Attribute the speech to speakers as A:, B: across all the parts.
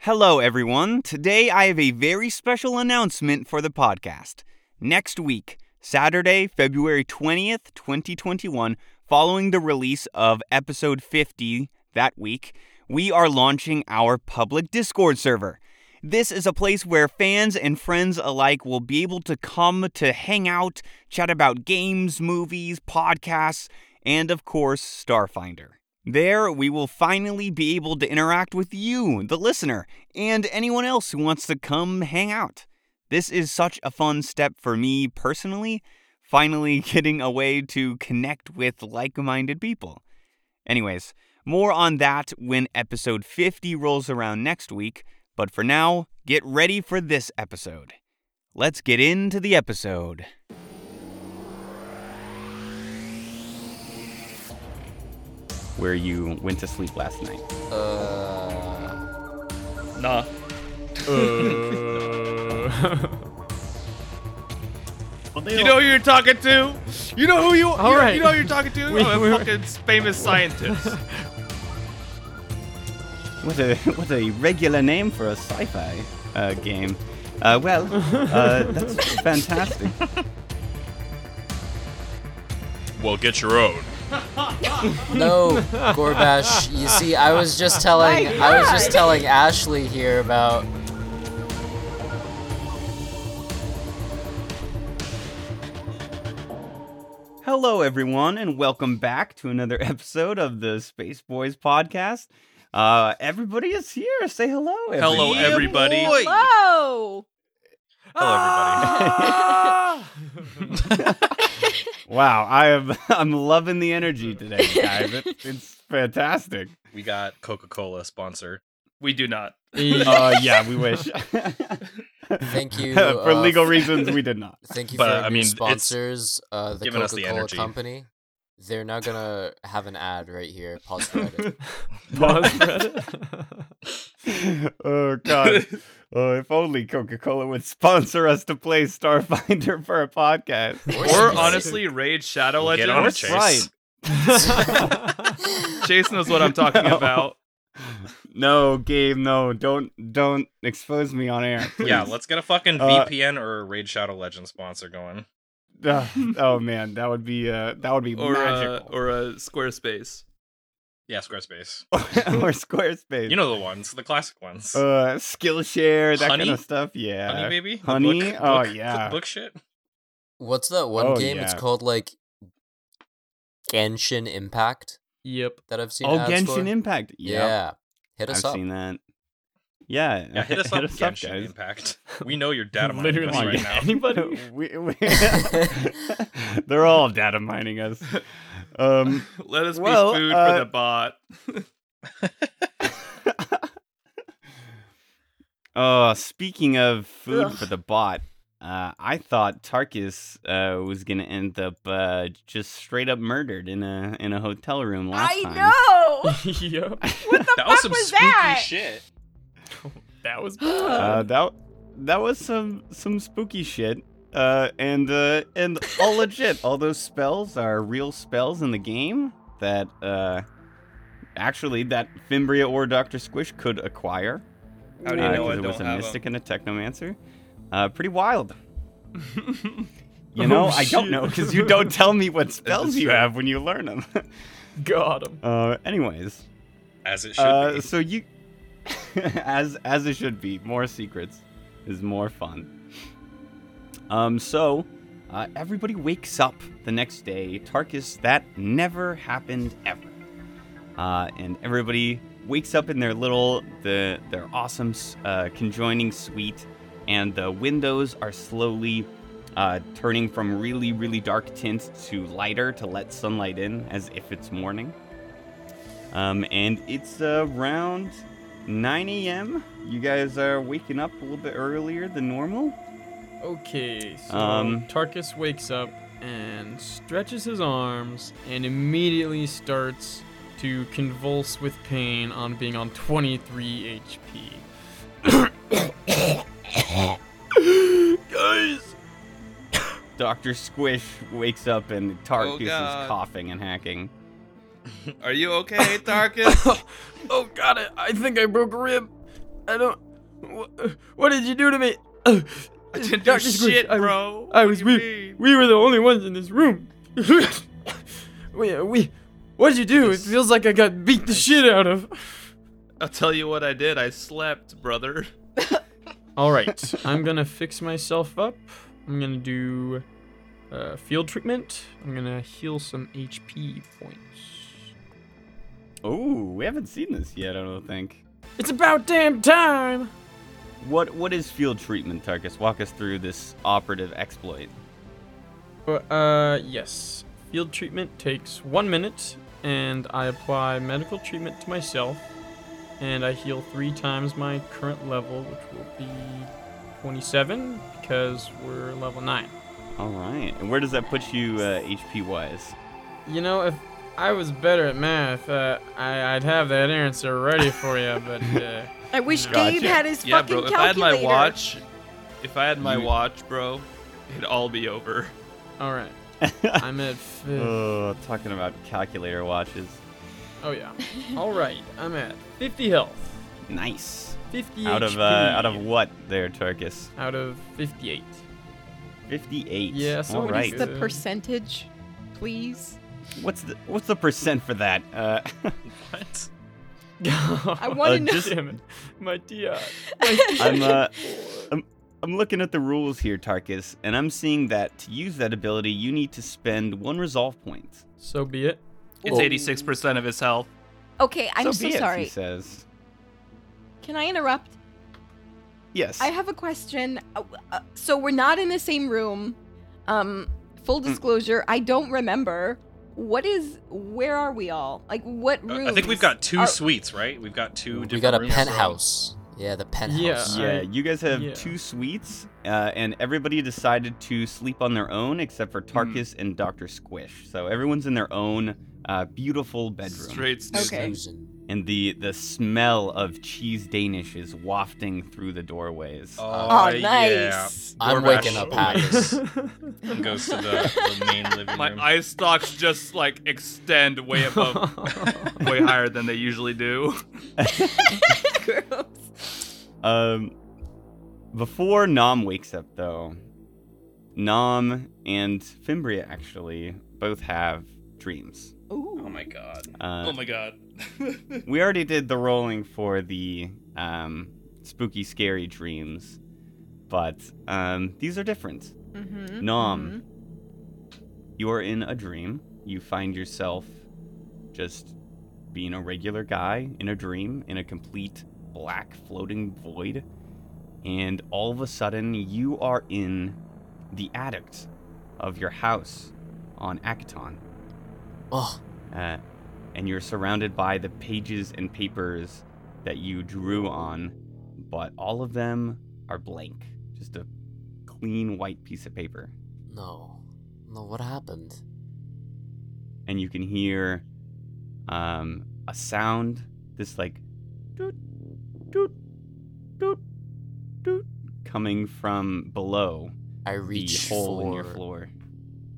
A: Hello, everyone. Today I have a very special announcement for the podcast. Next week, Saturday, February 20th, 2021, following the release of episode 50 that week, we are launching our public Discord server. This is a place where fans and friends alike will be able to come to hang out, chat about games, movies, podcasts, and of course, Starfinder. There, we will finally be able to interact with you, the listener, and anyone else who wants to come hang out. This is such a fun step for me personally, finally getting a way to connect with like minded people. Anyways, more on that when episode 50 rolls around next week, but for now, get ready for this episode. Let's get into the episode. Where you went to sleep last night.
B: Nah. You know who you're talking to? You know who you, you, know-
C: right.
B: you know who you're talking to?
C: We-
B: I'm a
C: we were-
B: fucking famous scientist.
A: What a what a regular name for a sci-fi uh, game. Uh, well, uh, that's fantastic.
D: Well, get your own.
E: No, Gorbash. You see, I was just telling I was just telling Ashley here about
A: Hello, everyone, and welcome back to another episode of the Space Boys podcast. Uh, everybody is here. Say hello. Everyone.
D: Hello, everybody.
B: Boy.
F: Hello.
D: Hello, everybody.
A: Wow, I am I'm loving the energy today, guys. It, it's fantastic.
D: We got Coca Cola sponsor.
B: We do not.
A: Uh, yeah, we wish.
E: Thank you,
A: for
E: uh,
A: legal
E: f-
A: reasons. We did not.
E: thank you
D: But,
E: for
D: uh,
E: your
D: I
E: new
D: mean, it's
E: sponsors, uh, the
D: given us the
E: Coca-Cola
D: energy.
E: company. They're now gonna have an ad right here. Pause for edit.
C: Pause for edit.
A: oh god. Oh, if only Coca-Cola would sponsor us to play Starfinder for a podcast.
B: Or
E: Chase.
B: honestly, Raid Shadow
D: Get on it,
B: Legends.
D: Chase.
A: Right.
B: Chase knows what I'm talking
A: No.
B: about.
A: No, Gabe, no, don't don't expose me on air.
D: Yeah,
A: please.
D: let's get a fucking
A: Uh,
D: VPN or a Raid Shadow Legend sponsor going.
A: Ugh, oh man, that would be uh that would be
B: Or uh,
A: magical.
B: or uh, Squarespace.
D: Yeah, Squarespace.
A: or Squarespace.
D: You know the ones, the classic ones.
A: uh Skillshare, that
D: Honey?
A: kind of stuff. Yeah.
D: honey, baby. The
A: Honey?
D: book-
A: Oh,
D: book-
A: yeah.
D: Book shit.
E: What's that one
A: Oh,
E: game? It's
A: yeah.
E: called like Genshin Impact
C: yep.
E: that I've seen.
A: Oh,
E: ads
A: Genshin
E: for.
A: Impact. Yep,
E: Yeah, hit us
A: I've
E: up.
A: seen that. Yeah.
D: Yeah, hit us up, Genshin
A: guys.
D: Impact. We know your data mining
C: Literally
D: us right now.
C: anybody.
A: We- we- they're all data mining us. Um,
B: Let us
A: Well,
B: be food
A: uh,
B: for the bot.
A: oh, speaking of food for the bot, uh, I thought Tarkus uh, was gonna end up uh, just straight up murdered in a in a hotel room last
F: I
A: time.
F: know.
C: yep.
F: What the
D: That
F: fuck
D: was some
F: was
D: spooky
F: that?
D: shit.
C: That was
A: Uh,
C: bad.
A: that that was some some spooky shit. Uh, and uh, and all legit. All those spells are real spells in the game that uh, actually that Fimbria or Doctor Squish could acquire.
B: How do you
A: Uh,
B: know
A: 'cause
B: I
A: it was
B: don't
A: a
B: have
A: mystic
B: them?
A: and a technomancer. Uh, pretty wild. You know,
C: Oh,
A: I don't
C: shit.
A: know because you don't tell me what spells you
B: true.
A: have when you learn them.
C: Got him.
A: uh, anyways,
D: As it should
A: uh,
D: be.
A: so you, as as it should be, more secrets is more fun. Um, so uh, everybody wakes up the next day. Tarkus, that never happened ever. Uh, and everybody wakes up in their little, the their awesome uh, conjoining suite, and the windows are slowly uh, turning from really, really dark tints to lighter to let sunlight in, as if it's morning. Um, and it's around 9 a.m. You guys are waking up a little bit earlier than normal.
C: Okay, so
A: Um,
C: Tarkus wakes up and stretches his arms and immediately starts to convulse with pain on being on 23 HP. Guys!
A: Dr. Squish wakes up and Tarkus is
B: God.
A: coughing and hacking.
B: Are you okay, Tarkus?
C: Oh, got it. I think I broke a rib. I don't. What, what did you do to me?
B: I didn't do
C: Dr. Squeeze,
B: shit,
C: I-
B: bro.
C: I
B: What
C: was
B: do you
C: we.
B: mean?
C: We were the only ones in this room. we, we. What did you do? It feels like I got beat the shit out of.
B: I'll tell you what I did. I slept, brother.
C: All right, I'm gonna fix myself up. I'm gonna do uh, field treatment. I'm gonna heal some HP points.
A: Ooh, we haven't seen this yet, I don't think.
C: It's about damn time.
A: What what is field treatment, Tarkus? Walk us through this operative exploit.
C: Uh, yes. Field treatment takes one minute, and I apply medical treatment to myself, and I heal three times my current level, which will be 27 because we're level nine.
A: All right. And where does that put you uh, HP wise?
C: You know, if I was better at math, uh, I, I'd have that answer ready for you, but uh,
F: I wish
A: Gotcha.
F: Gabe had his
B: Yeah,
F: fucking
B: bro. If I had my
F: calculator.
B: watch, if I had my
A: You-
B: watch, bro, it'd all be over.
C: all right. I'm at fifth.
A: oh, talking about calculator watches.
C: Oh yeah. All right. I'm at 50 health,
A: Nice.
C: 50
A: Out of uh,
C: HP,
A: out of what there, Tarkus?
C: out of 58.
A: 58.
C: Yeah,
A: All
C: somebody's
A: right.
F: The
C: Uh,
F: percentage, please.
A: What's the what's the percent for that? Uh,
D: What?
F: I want to
A: Uh,
F: know.
A: just-
C: Damn it. My TI.
A: I'm uh, I'm I'm looking at the rules here, Tarkus, and I'm seeing that to use that ability, you need to spend one resolve point.
C: So be it.
B: It's eighty-six percent of his health.
F: okay, I'm so
A: be it, He
F: sorry.
A: says.
F: Can I interrupt?
A: Yes.
F: I have a question. Uh, uh, so we're not in the same room. Um, full
D: Hmm.
F: disclosure, I don't remember. What is? Where are we all? Like, what
D: Uh,
F: room?
D: I think we've got two
F: Are-
D: suites, right? We've got two.
E: We
D: different
E: got a
D: rooms, so-
E: penthouse. Yeah, the penthouse.
A: yeah,
C: I-
A: Uh, you guys have
C: yeah.
A: two suites, uh, and everybody decided to sleep on their own except for Tarkus and Doctor Squish. So everyone's in their own uh, beautiful bedroom,
B: Straight. snooze.
F: Okay.
E: Susan.
A: and the the smell of cheese Danish is wafting through the doorways.
F: Oh,
D: yeah.
F: nice.
E: I'm
D: Gorbash
E: waking up
D: always
E: hackers.
D: Goes to the, the main living
B: My
D: room.
B: eye stalks just like extend way above,
C: um,
B: way higher than they usually do.
A: Um, before Nom wakes up, though, Nom and Fimbria actually both have dreams.
F: Ooh.
D: Oh my god.
A: Uh,
B: oh my god.
A: we already did the rolling for the um, spooky, scary dreams, but um, these are different.
F: Mhm,
A: Nom, you are in a dream. You find yourself just being a regular guy in a dream in a complete black floating void. And all of a sudden, you are in the attic of your house on Akaton.
E: Oh,
A: Uh, and you're surrounded by the pages and papers that you drew on, but all of them are blank. Just a clean white piece of paper.
E: no. No, what happened?
A: and you can hear um, a sound, this like doot, doot, doot, doot, coming from below
E: I
A: the
E: reach
A: hole in your
E: for-
A: floor.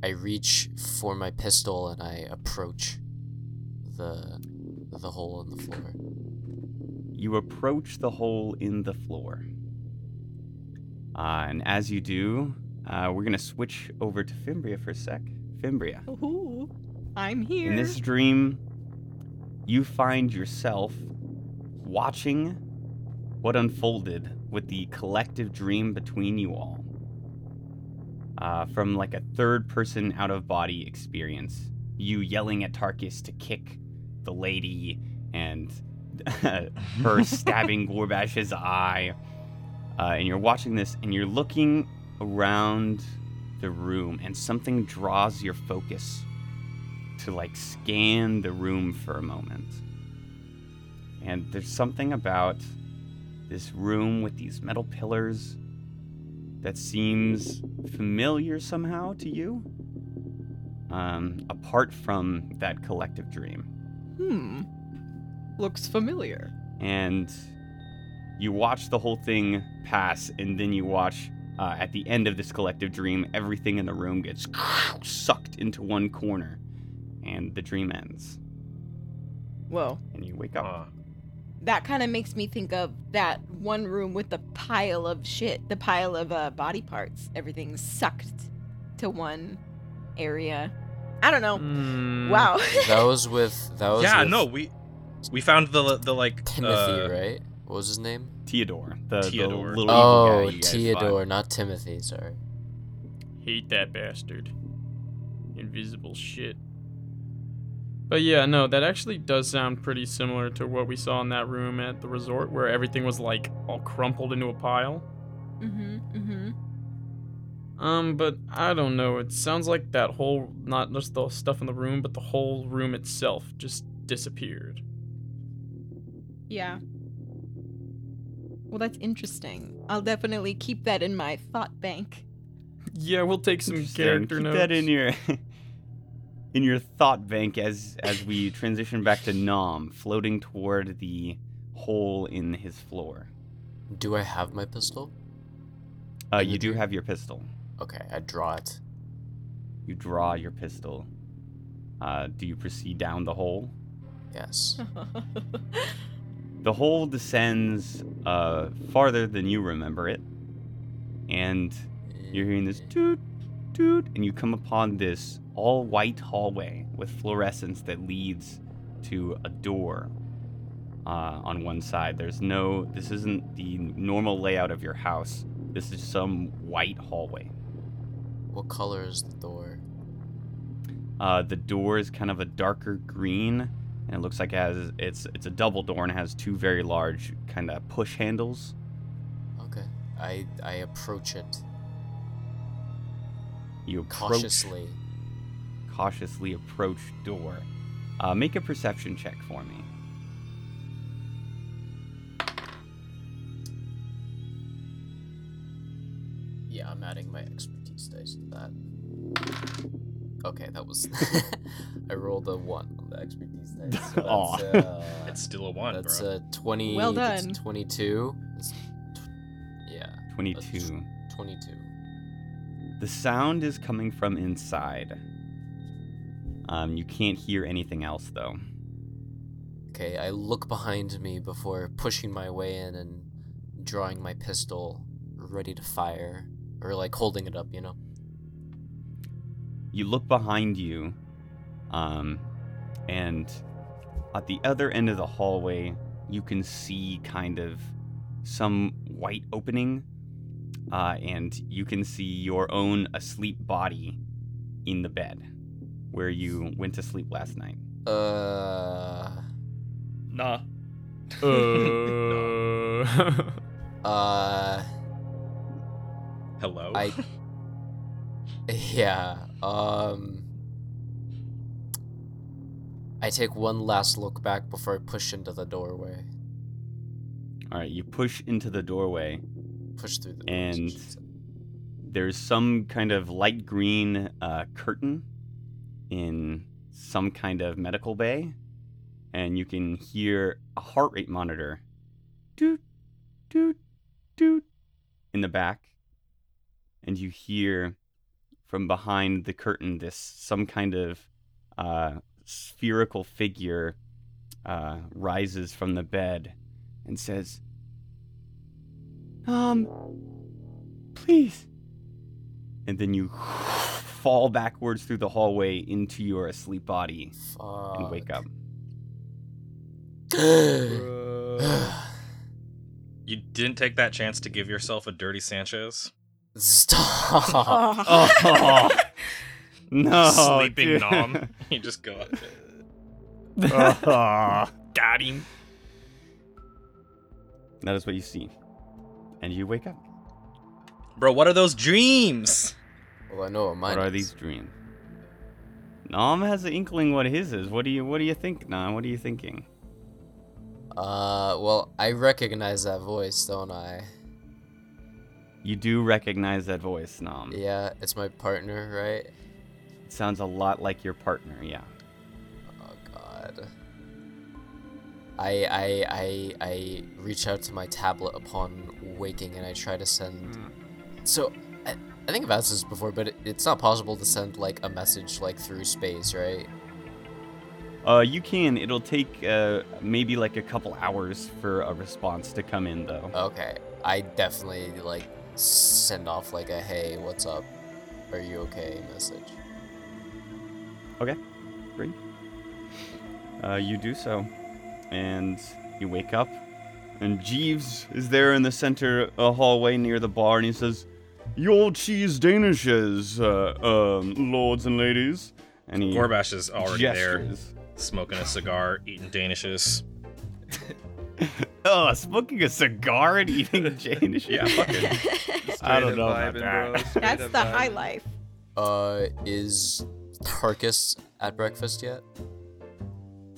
E: I reach for my pistol and I approach the the hole in the floor.
A: You approach the hole in the floor. Uh, and as you do, uh, we're going to switch over to Fimbria for a sec. Fimbria.
F: Mm-hmm. Ooh, I'm here.
A: In this dream, you find yourself watching what unfolded with the collective dream between you all uh, from like a third person out of body experience. You yelling at Tarkus to kick the lady and her stabbing Gorbash's eye. Uh, and you're watching this and you're looking around the room and something draws your focus to like scan the room for a moment. And there's something about this room with these metal pillars that seems familiar somehow to you, um, apart from that collective dream.
F: hmm. Looks familiar.
A: And you watch the whole thing pass, and then you watch uh, at the end of this collective dream, everything in the room gets sucked into one corner, and the dream ends,
F: Whoa.
A: and you wake up.
D: Huh.
F: that kind of makes me think of that one room with the pile of shit, the pile of uh, body parts. Everything's sucked to one area. I don't know.
C: Mm,
F: Wow.
E: Those with those.
B: yeah,
E: with
B: no, we we found the the like
E: Timothy,
B: uh,
E: right? What was his name?
A: Theodore, the, the
B: Theodore.
A: little evil
E: Oh,
A: guy you guys
E: Theodore,
A: fought.
E: not Timothy. Sorry.
C: Hate that bastard. Invisible shit. But yeah, no, that actually does sound pretty similar to what we saw in that room at the resort where everything was like all crumpled into a pile.
F: mm-hmm, mm-hmm.
C: Um, but I don't know. It sounds like that whole, not just the stuff in the room, but the whole room itself just disappeared.
F: Yeah. Well, that's interesting. I'll definitely keep that in my thought bank.
C: Yeah, we'll take some
A: Interesting.
C: character
A: Keep
C: notes.
A: that in your in your thought bank as as we transition back to Nom, floating toward the hole in his floor.
E: Do I have my pistol?
A: Uh,
E: And
A: you
E: you
A: do
E: do-
A: have your pistol.
E: Okay, I draw it.
A: You draw your pistol. Uh, do you proceed down the hole?
E: Yes.
A: The hole descends uh, farther than you remember it, and you're hearing this toot, toot, and you come upon this all white hallway with fluorescence that leads to a door uh, on one side. There's no, this isn't the normal layout of your house. This is some white hallway.
E: What color is the door?
A: Uh, the door is kind of a darker green, and it looks like it has it's it's a double door and it has two very large kind of push handles.
E: Okay. I I approach it
A: You approach,
E: cautiously.
A: cautiously approach door. Uh, make a perception check for me.
E: Yeah, I'm adding my expertise dice to that. Okay, that was. I rolled a one on the expertise dice. So
A: Aw.
E: that's, uh,
B: It's still a one,
E: that's
B: bro.
E: a twenty.
F: Well
E: that's
F: done.
E: Twenty-two. That's tw- yeah,
A: Twenty-two.
E: twenty-two.
A: The sound is coming from inside. Um, you can't hear anything else though.
E: Okay, I look behind me before pushing my way in and drawing my pistol, ready to fire, or like holding it up, you know.
A: you look behind you, um, and at the other end of the hallway, you can see kind of some white opening, uh, and you can see your own asleep body in the bed where you went to sleep last night.
E: Uh,
G: Nah.
C: Uh,
E: uh,
B: Hello.
E: I. yeah. Um. I take one last look back before I push into the doorway.
A: All right, you push into the doorway,
E: Push through the. doors, I
A: and
E: should say.
A: there's some kind of light green uh, curtain in some kind of medical bay, and you can hear a heart rate monitor, doot, doot, doot, in the back, and you hear from behind the curtain this some kind of uh, spherical figure uh, rises from the bed and says, "Um, please." and then you fall backwards through the hallway into your asleep body
E: Fuck.
A: and wake up.
B: you didn't take that chance to give yourself a dirty Sanchez.
E: Stop.
A: Oh no,
B: Sleeping
A: dude.
B: nom. You just go up there.
C: Ah.
A: Oh.
C: got him.
A: that is what you see, and you wake up.
B: Bro, what are those dreams?
E: Well, I know what mine
A: what are
E: is.
A: these dreams? Nom has an inkling what his is. What do you What do you think, Nom? What are you thinking?
E: Uh, well, I recognize that voice, don't I?
A: You do recognize that voice, Nom.
E: Yeah, it's my partner, right?
A: It sounds a lot like your partner. Yeah.
E: Oh God. I I I I reach out to my tablet upon waking, and I try to send.
B: Hmm.
E: So, I, I think I've asked this before, but it, it's not possible to send like a message like through space, right?
A: Uh, you can. It'll take uh, maybe like a couple hours for a response to come in, though.
E: Okay. I definitely like send off like a hey, what's up? Are you okay message.
A: Uh, you do so, and you wake up, and Jeeves is there in the center uh, hallway near the bar, and he says, "Your cheese danishes, uh, um, lords and ladies." And he
B: Gorbash is already
A: gestures.
B: there, smoking a cigar, eating danishes.
A: Oh, smoking a cigar and eating danishes.
B: Yeah, fucking.
A: I don't
D: Straight
A: know about
D: up vibing,
A: that.
D: bro. Straight
F: That's
D: up
F: the
D: vibing.
F: high life.
E: Uh is Tarkus at breakfast yet?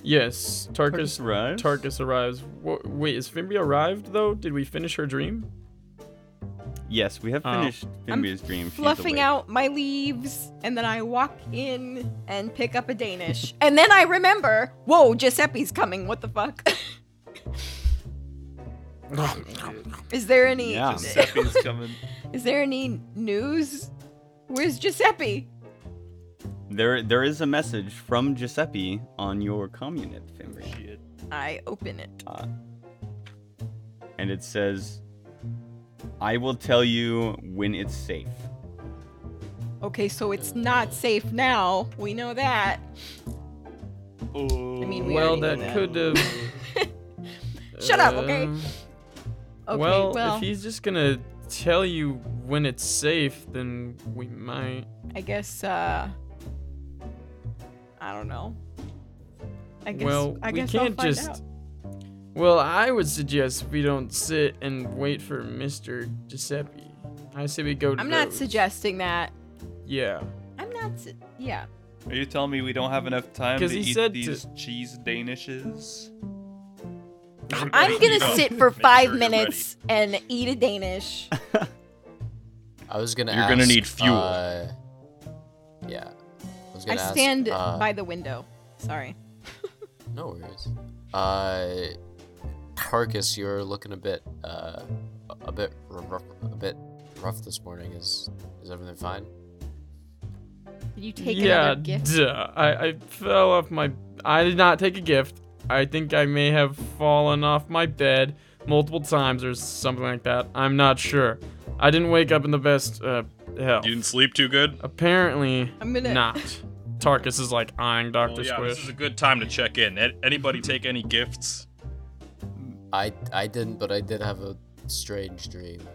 C: Yes, Tarkus.
A: Tarkus arrives?
C: Tarkus arrives. Wha- wait, is Fimbria arrived though? Did we finish her dream?
A: Yes, we have
C: Oh.
A: finished
F: I'm
A: Fimbia's dream. She's
F: Fluffing
A: awake.
F: out my leaves, and then I walk in and pick up a Danish. and then I remember, whoa, Giuseppe's coming. What the fuck? is there any
A: Yeah.
D: Giuseppe's coming.
F: is there any news? Where's Giuseppe?
A: There, there is a message from Giuseppe on your comm unit, Fimbria.
F: I open it.
A: and it says, I will tell you when it's safe.
F: Okay, so it's not safe now. We know that. I mean, we
C: well,
F: already
C: that
F: know
C: could have.
F: Shut up, okay?
C: Um,
F: Okay,
C: well,
F: well,
C: if he's just gonna tell you when it's safe, then we might.
F: I guess uh I don't know. I guess
C: well,
F: I
C: we
F: guess I'll
C: can't
F: find
C: just.
F: out.
C: Well, I would suggest we don't sit and wait for Mr. Giuseppe. I say we go to.
F: I'm not
C: Rose.
F: suggesting that.
C: Yeah.
F: I'm not su- yeah.
D: Are you telling me we don't have enough time
C: 'Cause
D: to
C: he
D: eat
C: said to-
D: these cheese danishes?
F: I'm going to
B: Eat up.
F: sit for
B: Make
F: 5
B: sure you're
F: minutes and eat a danish.
E: I was gonna
B: You're gonna
E: ask,
B: need fuel.
E: uh, yeah. I was
F: I
E: gonna ask,
F: stand
E: uh,
F: by the window. Sorry.
E: No worries. Uh, Carcass, you're looking a bit, uh, a bit rough, a bit rough this morning. Is is everything fine?
F: Did you take
C: yeah,
F: another gift?
C: duh. I, I fell off my. I did not take a gift. I think I may have fallen off my bed multiple times or something like that. I'm not sure. I didn't wake up in the best uh, health.
B: You didn't sleep too good?
C: Apparently,
F: I'm gonna-
C: not. Tarkus is like eyeing Doctor
D: Oh,
B: Well, yeah,
C: Squish.
B: this is a good time to check in. A- Anybody take any gifts?
E: I I didn't, but I did have a strange dream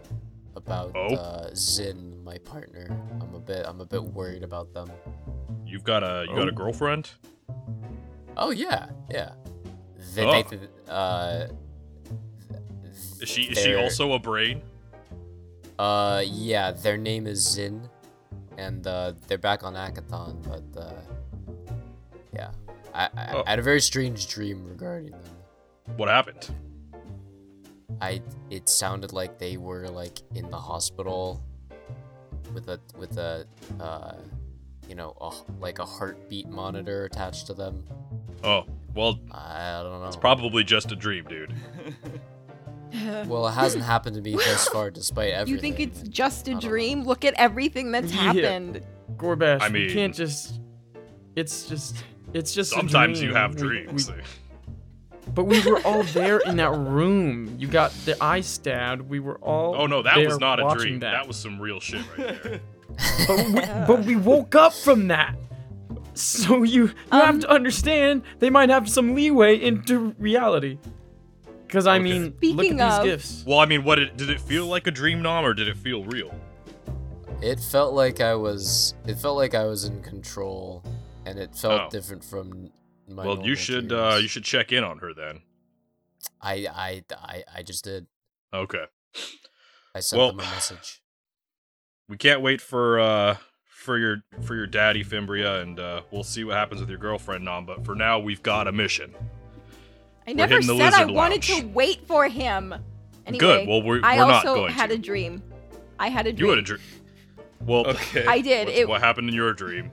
E: about
B: Oh.
E: uh, Zin, my partner. I'm a bit, I'm a bit worried about them.
B: You've got a you got
C: Oh.
B: a girlfriend?
E: Oh yeah, yeah. They,
B: Oh.
E: they th- uh,
B: Is she is she
E: they're-
B: also a brain?
E: Uh, yeah, their name is Zin, and uh, they're back on Akathon, but uh, yeah, I, I,
B: Oh.
E: I had a very strange dream regarding them.
B: What happened?
E: I it sounded like they were like in the hospital with a with a uh, you know a, h- like a heartbeat monitor attached to them.
B: Oh, well,
E: I don't know.
B: it's probably just a dream, dude.
E: well, it hasn't happened to me thus far, despite everything.
F: You think it's just
E: I
F: a
E: don't know.
F: dream? Look at everything that's
C: Yeah.
F: happened.
C: Gorbash,
B: I
C: we
B: mean-
C: can't just. It's just. It's just. a
B: Sometimes you
C: dream.
B: have
C: We-
B: dreams.
C: we- but we were all there in that room. You got the eye stabbed. We were all.
B: oh no, that
C: there
B: was not a
C: watching
B: dream.
C: That.
B: That was some real shit right there.
C: But we, but we woke up from that. So you, you
F: Um,
C: have to understand they might have some leeway into reality. Because I mean,
F: Speaking
C: look at
F: of-
C: these gifts.
B: well, I mean, what did, did it feel like a dream, Nom, or did it feel real?
E: It felt like I was. It felt like I was in control, and it felt
B: Oh.
E: different from my.
B: well,
E: normal
B: you should uh,
E: dreams.
B: you should check in on her then.
E: I, I, I, I just did.
B: Okay,
E: I sent
B: Well-
E: them a message.
B: we can't wait for uh for your for your daddy Fimbria, and uh, we'll see what happens with your girlfriend, Nom. But for now, we've got a mission.
F: I never
B: hitting the
F: said I
B: lizard
F: wanted
B: lounge.
F: to wait for him. Anyway,
B: Good. Well, we're,
F: I
B: we're not
F: also
B: going
F: had
B: to.
F: a dream. I had a dream.
B: You had a dream. Well,
D: Okay.
F: I did.
B: what's-
F: It,
B: what happened in your dream?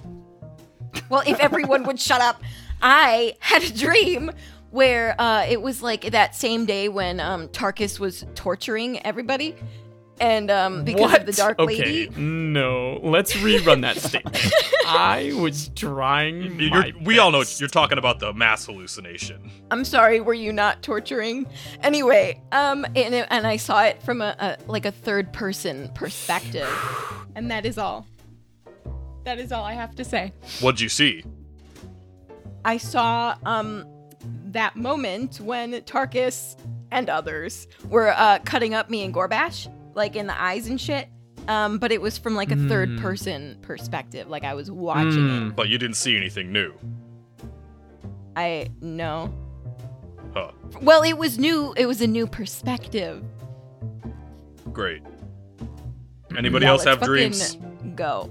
F: Well, if everyone would shut up, I had a dream where uh, it was like that same day when um, Tarkus was torturing everybody. and um, because
C: what?
F: of the dark
C: okay,
F: lady.
C: no. Let's rerun that statement. I was trying.
D: You-
C: my
D: you're- we all know
C: best.
D: you're talking about the mass hallucination.
F: I'm sorry, were you not torturing? Anyway, um, and, it- and I saw it from a, a like a third person perspective, and that is all. That is all I have to say.
D: What'd you see?
F: I saw um that moment when Tarkus and others were uh, cutting up me and Gorbash, like in the eyes and shit. Um, but it was from like a third
D: Hmm.
C: Mm.
F: person perspective, like I was watching it.
C: Mm.
D: But you didn't see anything new.
F: I no.
D: Huh.
F: Well, it was new. It was a new perspective.
D: Great. Anybody
F: Now
D: else
F: let's
D: have dreams?
F: fucking Go.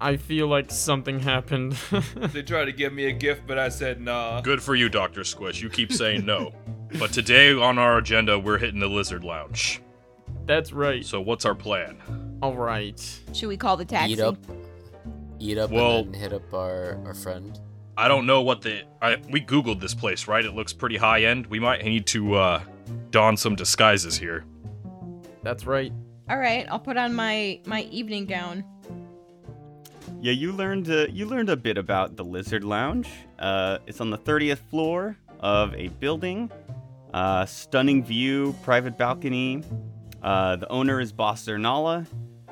C: I feel like something happened.
B: They tried to give me a gift, but I said nah.
D: Good for you, Dr. Squish. You keep saying no. but today on our agenda, we're hitting the Lizard Lounge.
C: That's right.
D: So what's our plan?
C: All right.
F: Should we call the taxi?
E: Eat up, eat up,
D: Well-
E: and then hit up our our friend.
D: I don't know what the I we googled this place, right? It looks pretty high end. We might need to uh don some disguises here.
C: That's right.
F: All right, I'll put on my my evening gown.
A: Yeah, you learned uh, you learned a bit about the Lizard Lounge. Uh, it's on the 30th floor of a building. Uh, stunning view, private balcony. Uh, the owner is Boss Zernala,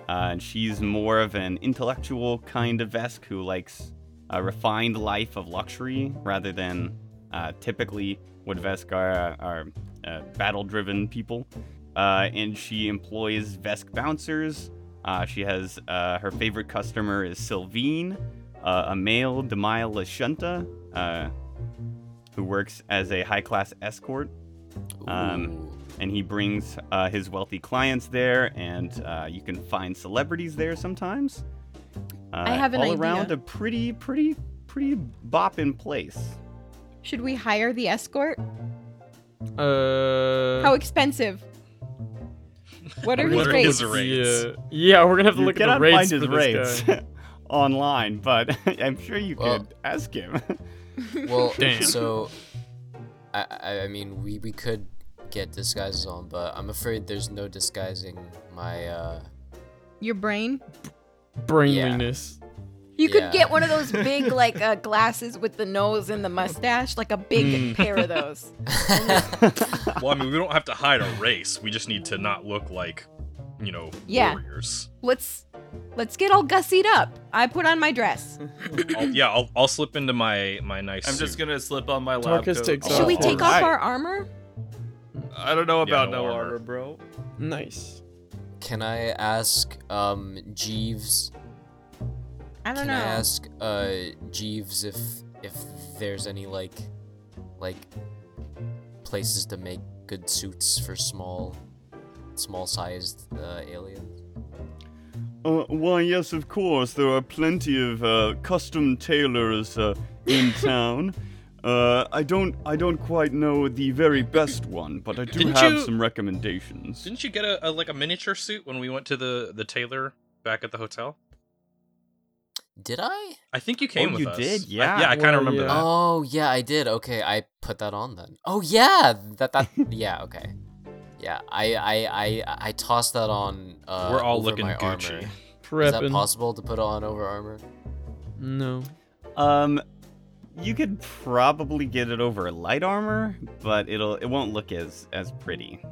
A: uh, and she's more of an intellectual kind of Vesk who likes a refined life of luxury rather than uh, typically what Vesk are, are uh, battle-driven people. Uh, and she employs Vesk bouncers uh, she has uh, her favorite customer is Sylvine, uh, a male Demaya Lashunta, uh, who works as a high class escort, Um,
E: Ooh.
A: and he brings uh, his wealthy clients there, and uh, you can find celebrities there sometimes. Uh,
F: I have an
A: all
F: idea.
A: around a pretty, pretty, pretty bop in place.
F: Should we hire the escort?
C: Uh.
F: How expensive? What are
D: What
F: his
D: are
F: rates?
D: his rates?
C: Yeah. uh, yeah, we're gonna have to
A: you
C: look at
A: cannot
C: the rates
A: find his
C: for this
A: rates
C: guy.
A: online, but I'm sure you
E: Well-
A: could ask him.
E: Well,
C: Damn.
E: so I, I I mean we we could get disguises on, but I'm afraid there's no disguising my uh
F: Your brain?
C: Brainliness.
F: You could
E: Yeah.
F: get one of those big like uh, glasses with the nose and the mustache, like a big
E: Mm.
F: pair of those.
D: Well, I mean, we don't have to hide our race. We just need to not look like, you know,
F: Yeah.
D: warriors.
F: Let's let's get all gussied up. I put on my dress.
D: I'll, yeah, I'll, I'll slip into my my nice.
B: I'm just
D: suit.
B: gonna slip on my lab
C: Tarkus
B: coat.
C: takes
F: Should we
C: Oh,
F: take
A: right.
F: off our armor?
B: I don't know
D: Yeah,
B: about
D: no
B: no
D: armor.
B: armor, bro.
C: Nice.
E: Can I ask um Jeeves?
F: I don't
E: Can
F: know.
E: I ask uh Jeeves if if there's any like like places to make good suits for small small sized uh, aliens?
A: Uh, why, yes, of course. There are plenty of uh, custom tailors uh, in town. Uh, I don't, I don't quite know the very best one, but I do
D: Didn't
A: have
D: you-
A: some recommendations.
D: Didn't you get a, a like a miniature suit when we went to the the tailor back at the hotel?
E: Did I?
D: I think you came
A: Oh,
D: with
A: you
D: us.
A: did,
D: I-
A: yeah.
D: yeah, I kind
C: Well,
D: of remember
C: yeah.
D: that.
E: Oh yeah, I did. Okay, I put that on then. Oh yeah, that that yeah. Okay, yeah. I I I I tossed that on. Uh,
D: We're all
E: over
D: looking
E: my
D: Gucci.
E: armor. Is that
C: Prepping.
E: possible to put on over armor?
C: no.
A: Um, you could probably get it over light armor, but it'll, it won't look as, as pretty.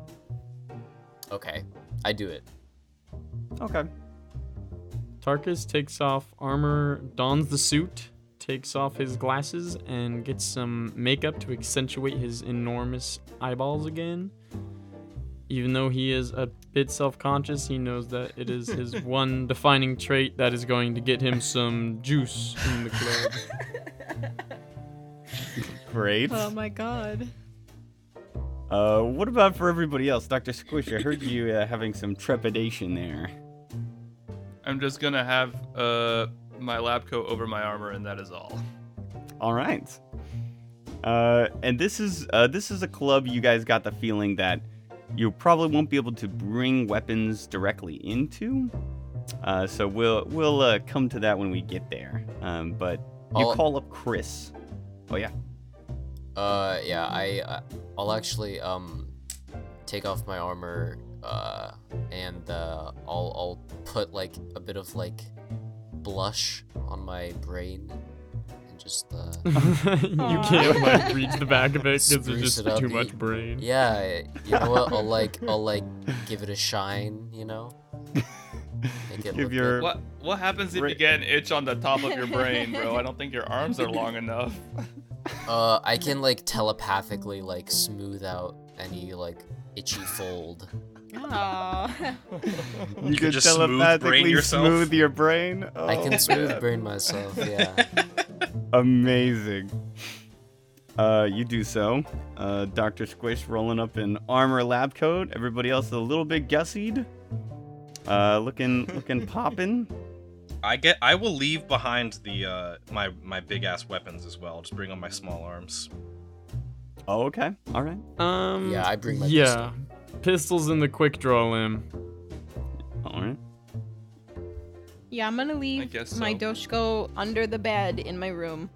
E: Okay, I do it.
A: Okay.
C: Tarkus takes off armor, dons the suit, takes off his glasses, and gets some makeup to accentuate his enormous eyeballs again. Even though he is a bit self conscious, he knows that it is his one defining trait that is going to get him some juice in the club.
A: Great.
D: Um,
F: my god.
A: Uh, what about for everybody else, Doctor Squish? I heard you uh, having some trepidation there.
B: I'm just gonna have uh my lab coat over my armor, and that is all.
A: All right. Uh, and this is uh, this is a club you guys got the feeling that you probably won't be able to bring weapons directly into. Uh, so we'll we'll uh, come to that when we get there. Um, but you
E: I'll-
A: call up Chris. Oh yeah.
E: Uh, yeah. I I- I'll actually um take off my armor. Uh, and uh, I'll I'll put like a bit of like blush on my brain and just uh,
C: you can't like reach the back of it because
E: Spruce
C: there's just
E: it up,
C: too
E: y-
C: much brain.
E: yeah, I- you know what? I'll like I'll like give it a shine, you know. Make it
A: Give
E: look
A: your-
E: like-
B: What what happens if
A: Ra-
B: you get an itch on the top of your brain, bro? I don't think your arms are long enough.
E: uh I can like telepathically like smooth out any like itchy fold.
F: Aw.
D: You could just smooth brain yourself.
A: smooth your brain.
E: I
A: Oh,
E: can smooth
A: man.
E: brain myself, yeah.
A: Amazing. Uh, you do so. Uh, Dr. Squish rolling up in armor lab coat. Everybody else a little bit gussied. Uh, looking, looking poppin'.
D: I get. I will leave behind the uh, my my big ass weapons as well. Just bring on my small arms.
A: Oh, okay. All right.
C: Um.
E: Yeah, I bring my
C: yeah. Pistols in the quick draw limb.
A: All right.
F: yeah, I'm gonna leave
B: guess
F: my
B: so.
F: Doshko under the bed in my room.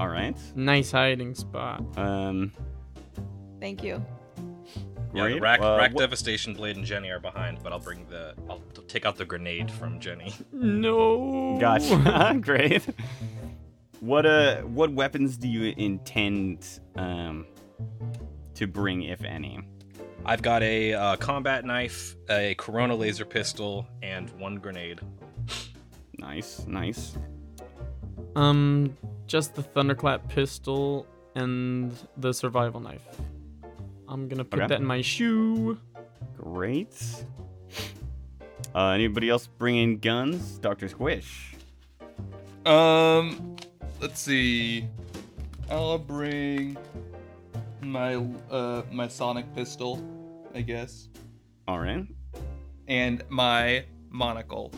A: All right.
C: Nice hiding spot.
A: Um,
F: Thank you.
D: Yeah, the
A: great.
D: rack,
A: Uh,
D: rack
A: wh-
D: devastation blade and Jenny are behind, but I'll bring the. I'll t- take out the grenade from Jenny.
C: No.
A: Gotcha. Great. What uh what weapons do you intend um to bring if any?
D: I've got a uh, combat knife, a Corona laser pistol, and one grenade.
A: Nice, nice.
C: um, just the thunderclap pistol and the survival knife. I'm gonna put
A: Okay.
C: that in my shoe.
A: Great. Uh anybody else bringing guns? Dr. Squish.
B: Um, let's see. I'll bring my uh my sonic pistol, I guess,
A: All right.
B: and my monocle.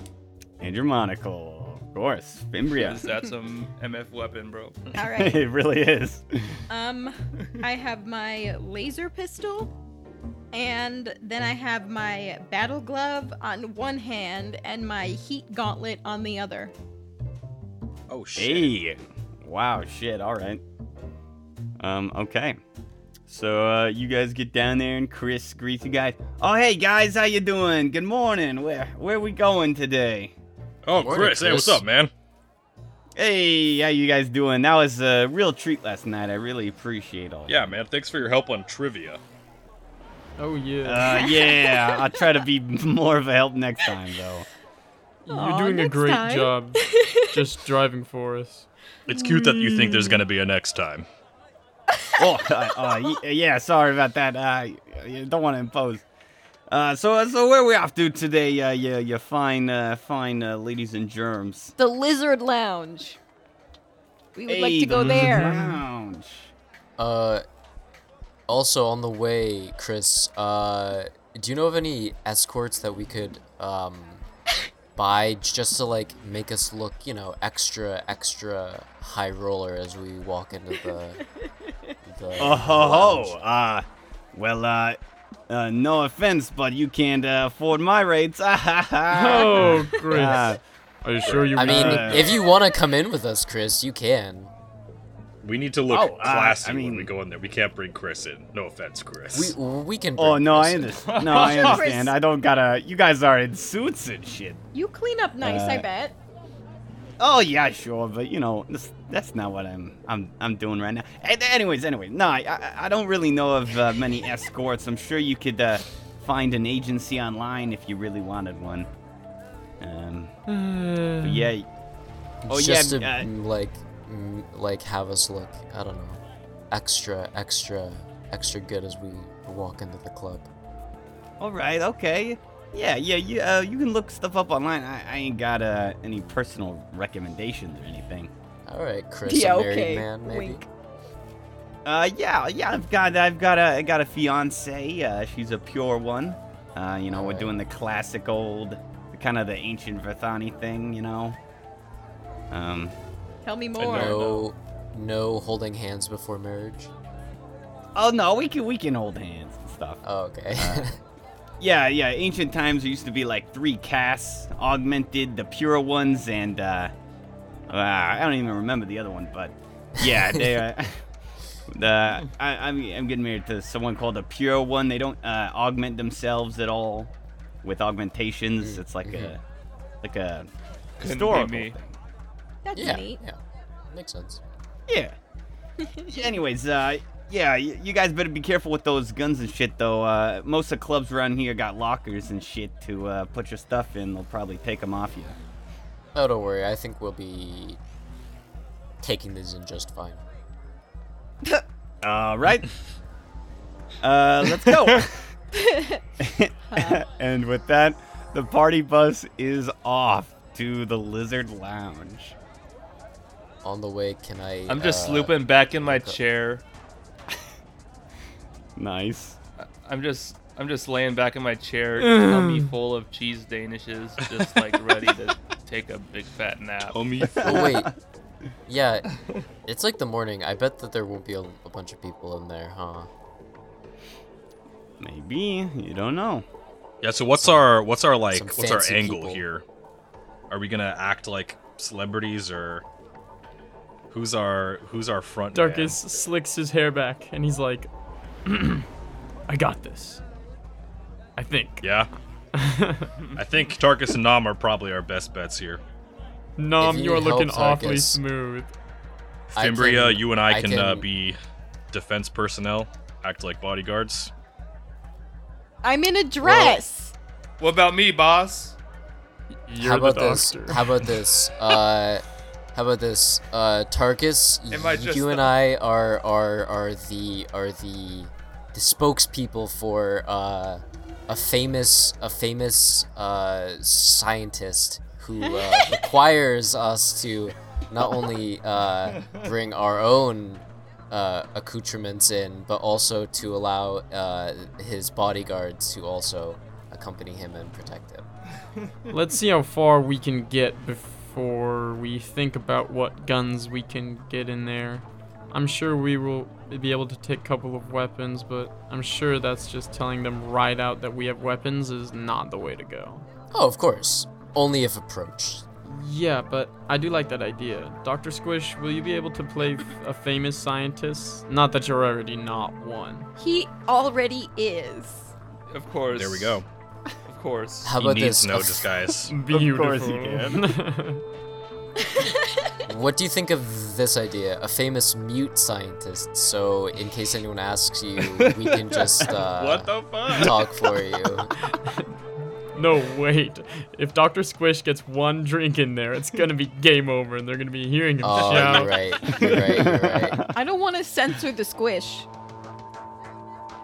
A: And your monocle. Of course. Fimbria.
B: Is that some MF weapon, bro?
F: All right.
A: it really is.
F: Um, I have my laser pistol, and then I have my battle glove on one hand and my heat gauntlet on the other.
D: Oh shit!
A: Hey. Wow, shit. All right. Um okay. So uh you guys get down there and Chris greets you guys. Oh hey guys, how you doing? Good morning. Where where we going today?
D: Oh
E: Morning,
D: Chris, hey, what's
E: Chris.
D: up, man?
A: Hey, how you guys doing? That was a real treat last night. I really appreciate all.
D: Yeah, man. Thanks for your help on trivia.
C: Oh yeah.
A: Uh, yeah, I'll try to be more of a help next time though.
C: You're
F: Aw,
C: doing a
F: next
C: great
F: time.
C: job, just driving for us.
D: It's cute that you think there's gonna be a next time.
A: Oh, uh, uh, y- yeah, sorry about that. Uh, I don't want to impose. Uh, so so where we off to today? Uh, you you fine uh, fine uh, ladies and germs.
F: The Lizard Lounge. We would like
A: Hey,
F: to go
A: the
F: there.
A: Lounge.
E: Uh, also on the way, Chris. Uh, do you know of any escorts that we could um buy j- just to like make us look, you know, extra extra high roller as we walk into the. the
A: Oh ho ho.
E: lounge?
A: Uh, well uh, uh, no offense, but you can't uh, afford my rates. Ah,
C: Oh, Chris.
A: Uh,
C: Are you sure you?
E: I mean,
A: Uh,
E: if you want to come in with us, Chris, you can.
D: We need to look
A: Oh, uh,
D: classy
A: I
D: when
A: mean-
D: we go in there. We can't bring Chris in. No offense,
E: We
D: Chris.
E: we can.
A: Oh
E: bring
A: no,
E: Chris
A: I
E: in.
A: understand. No, I understand. I don't gotta. You guys are in suits and shit.
F: You clean up nice, I
A: Uh,
F: bet.
A: Oh yeah, sure, but you know that's, that's not what I'm I'm I'm doing right now. A- Anyways, anyway, no, I I- I don't really know of uh, many escorts. I'm sure you could uh, find an agency online if you really wanted one. Um, but yeah. Oh yeah.
E: just to
A: uh,
E: mm, like mm, like have us look i don't know extra extra extra good as we walk into the club
A: all right. Okay. Yeah, yeah, you uh, you can look stuff up online. I, I ain't got uh, any personal recommendations or anything.
E: all right chris
F: Yeah,
E: a married
F: okay.
E: man maybe
F: Wink.
A: Uh, yeah, yeah, I've got, I've got a, I got a fiance. Uh, she's a pure one. Uh, you know, we're
E: Alright.
A: doing the classic old, kind of the ancient Verthani thing, you know. Um,
F: Tell me
D: know.
F: more.
E: no no holding hands before marriage
A: oh no, we can, we can hold hands and stuff.
E: oh okay
A: Yeah, yeah, ancient times there used to be like three castes, augmented, the pure ones, and uh, uh I don't even remember the other one, but yeah, they. Uh, The I, I'm I'm getting married to someone called a pure one. They don't uh, augment themselves at all. with augmentations. It's like
E: mhm.
A: a like a
B: be
A: historical
B: me.
A: thing.
F: That's
E: yeah,
F: neat.
E: yeah, makes sense.
A: Yeah. Anyways, uh, yeah, y- you guys better be careful with those guns and shit, though. Uh, most of the clubs around here got lockers and shit to uh, put your stuff in. They'll probably take them off you.
E: Oh, don't worry. I think we'll be taking these in just fine.
A: All right. uh, let's go. and with that, the party bus is off to the Lizard Lounge.
E: On the way, can I?
B: I'm just
E: uh,
B: slooping back in my chair.
A: Nice.
B: I'm just I'm just laying back in my chair, tummy full of cheese danishes, just like ready to take a big fat nap.
D: Homie.
E: Oh wait, yeah, it's like the morning. I bet that there won't be a, a bunch of people in there, huh?
A: Maybe. You don't know.
D: Yeah. So what's our what's our
E: Some
D: like what's our
E: fancy
D: angle
E: people.
D: here? Are we gonna act like celebrities or who's our who's our front? man?
C: Darkus slicks his hair back and he's like, I got this. I think.
D: Yeah. I think Tarkus and Nam are probably our best bets here.
C: Nom,
E: If you
C: you are
E: help
C: looking awfully
E: Zarkus-
C: smooth.
E: I
D: Fimbria,
E: can-
D: you and I,
E: I
D: can, Uh,
E: can-
D: be defense personnel, act like bodyguards.
F: I'm in a dress.
B: What about me, boss?
C: You're
E: How about
C: the
E: this?
C: doctor.
E: How about this? Uh, how about this? Uh, Tarkus,
B: Am I just
E: you and
B: the-
E: I are are are the are the the spokespeople for uh, a famous a famous uh, scientist who uh, requires us to not only uh, bring our own uh, accoutrements in, but also to allow uh, his bodyguards to also accompany him and protect him.
C: Let's see how far we can get before we think about what guns we can get in there. I'm sure we will be able to take a couple of weapons, but I'm sure that's just telling them right out that we have weapons is not the way to go.
E: Oh, of course. Only if approached.
C: Yeah, but I do like that idea. Dr. Squish, will you be able to play f- a famous scientist? Not that you're already not one.
F: He already is.
B: Of course.
D: There we go.
B: Of course.
E: How
D: he
E: about
D: needs
E: this?
D: no
E: A-
D: disguise.
C: Beautiful.
A: course you
E: What do you think of this idea? A famous mute scientist. So, in case anyone asks you, we can just uh,
D: what the fuck?
E: talk for you.
C: no, wait. If Dr. Squish gets one drink in there, it's gonna be game over and they're gonna be hearing him
E: Oh,
C: shout.
E: you're right. You're right. You're right.
F: I don't want to censor the squish.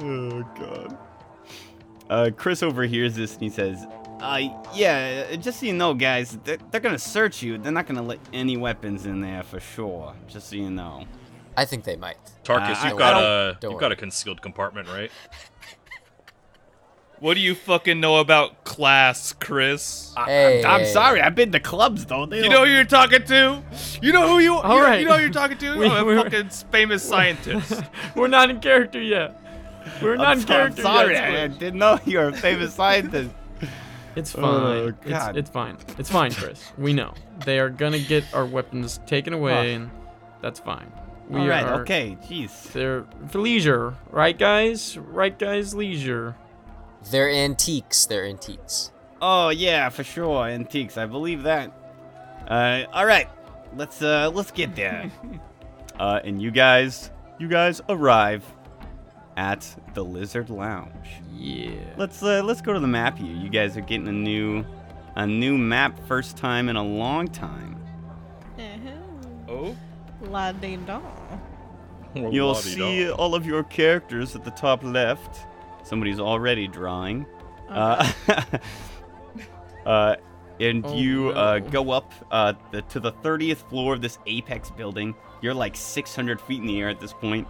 A: Oh god. Uh, Chris overhears this and he says, "Uh, yeah, uh, just so you know, guys, they're, they're gonna search you. They're not gonna let any weapons in there for sure. Just so you know."
E: I think they might.
D: Tarkus,
A: Uh,
D: you've
A: I-
D: got
A: I
D: a
E: don't
D: you've got
E: worry.
D: a concealed compartment, right?
B: What do you fucking know about class, Chris?
E: Hey,
A: I'm
E: hey,
A: sorry. I've been to clubs though. They
B: You
A: don't-
B: know who you're talking to? You know who you, you, know-
C: right.
B: you know who you're talking to?
C: We-
B: I'm
C: we
B: a
C: were-
B: fucking famous scientist.
C: We're not in character yet. We're
A: I'm,
C: not in
A: so- I'm
C: character
A: sorry.
C: yet.
A: I, I
C: Squish.
A: didn't know you were a famous scientist.
C: It's fine.
A: Oh,
C: it's,
A: God.
C: it's fine. It's fine, Chris. We know. They are gonna get our weapons taken away, and that's fine. We
A: All right.
C: are,
A: Okay. Jeez.
C: They're for leisure, right, guys? Right, guys? Leisure.
E: They're antiques. They're antiques.
A: Oh yeah, for sure. Antiques. I believe that. Uh, all right. Let's uh, let's get there. uh, and you guys, you guys arrive at the Lizard Lounge.
C: Yeah.
A: Let's uh, let's go to the map here. You guys are getting a new a new map first time in a long time.
B: oh,
F: La ding dong.
D: Oh,
A: You'll
D: Lottie-dottie.
A: see all of your characters at the top left. Somebody's already drawing. Uh, uh, and
C: Oh,
A: you uh,
C: no.
A: go up uh, the, to the 30th floor of this apex building. You're like 600 feet in the air at this point.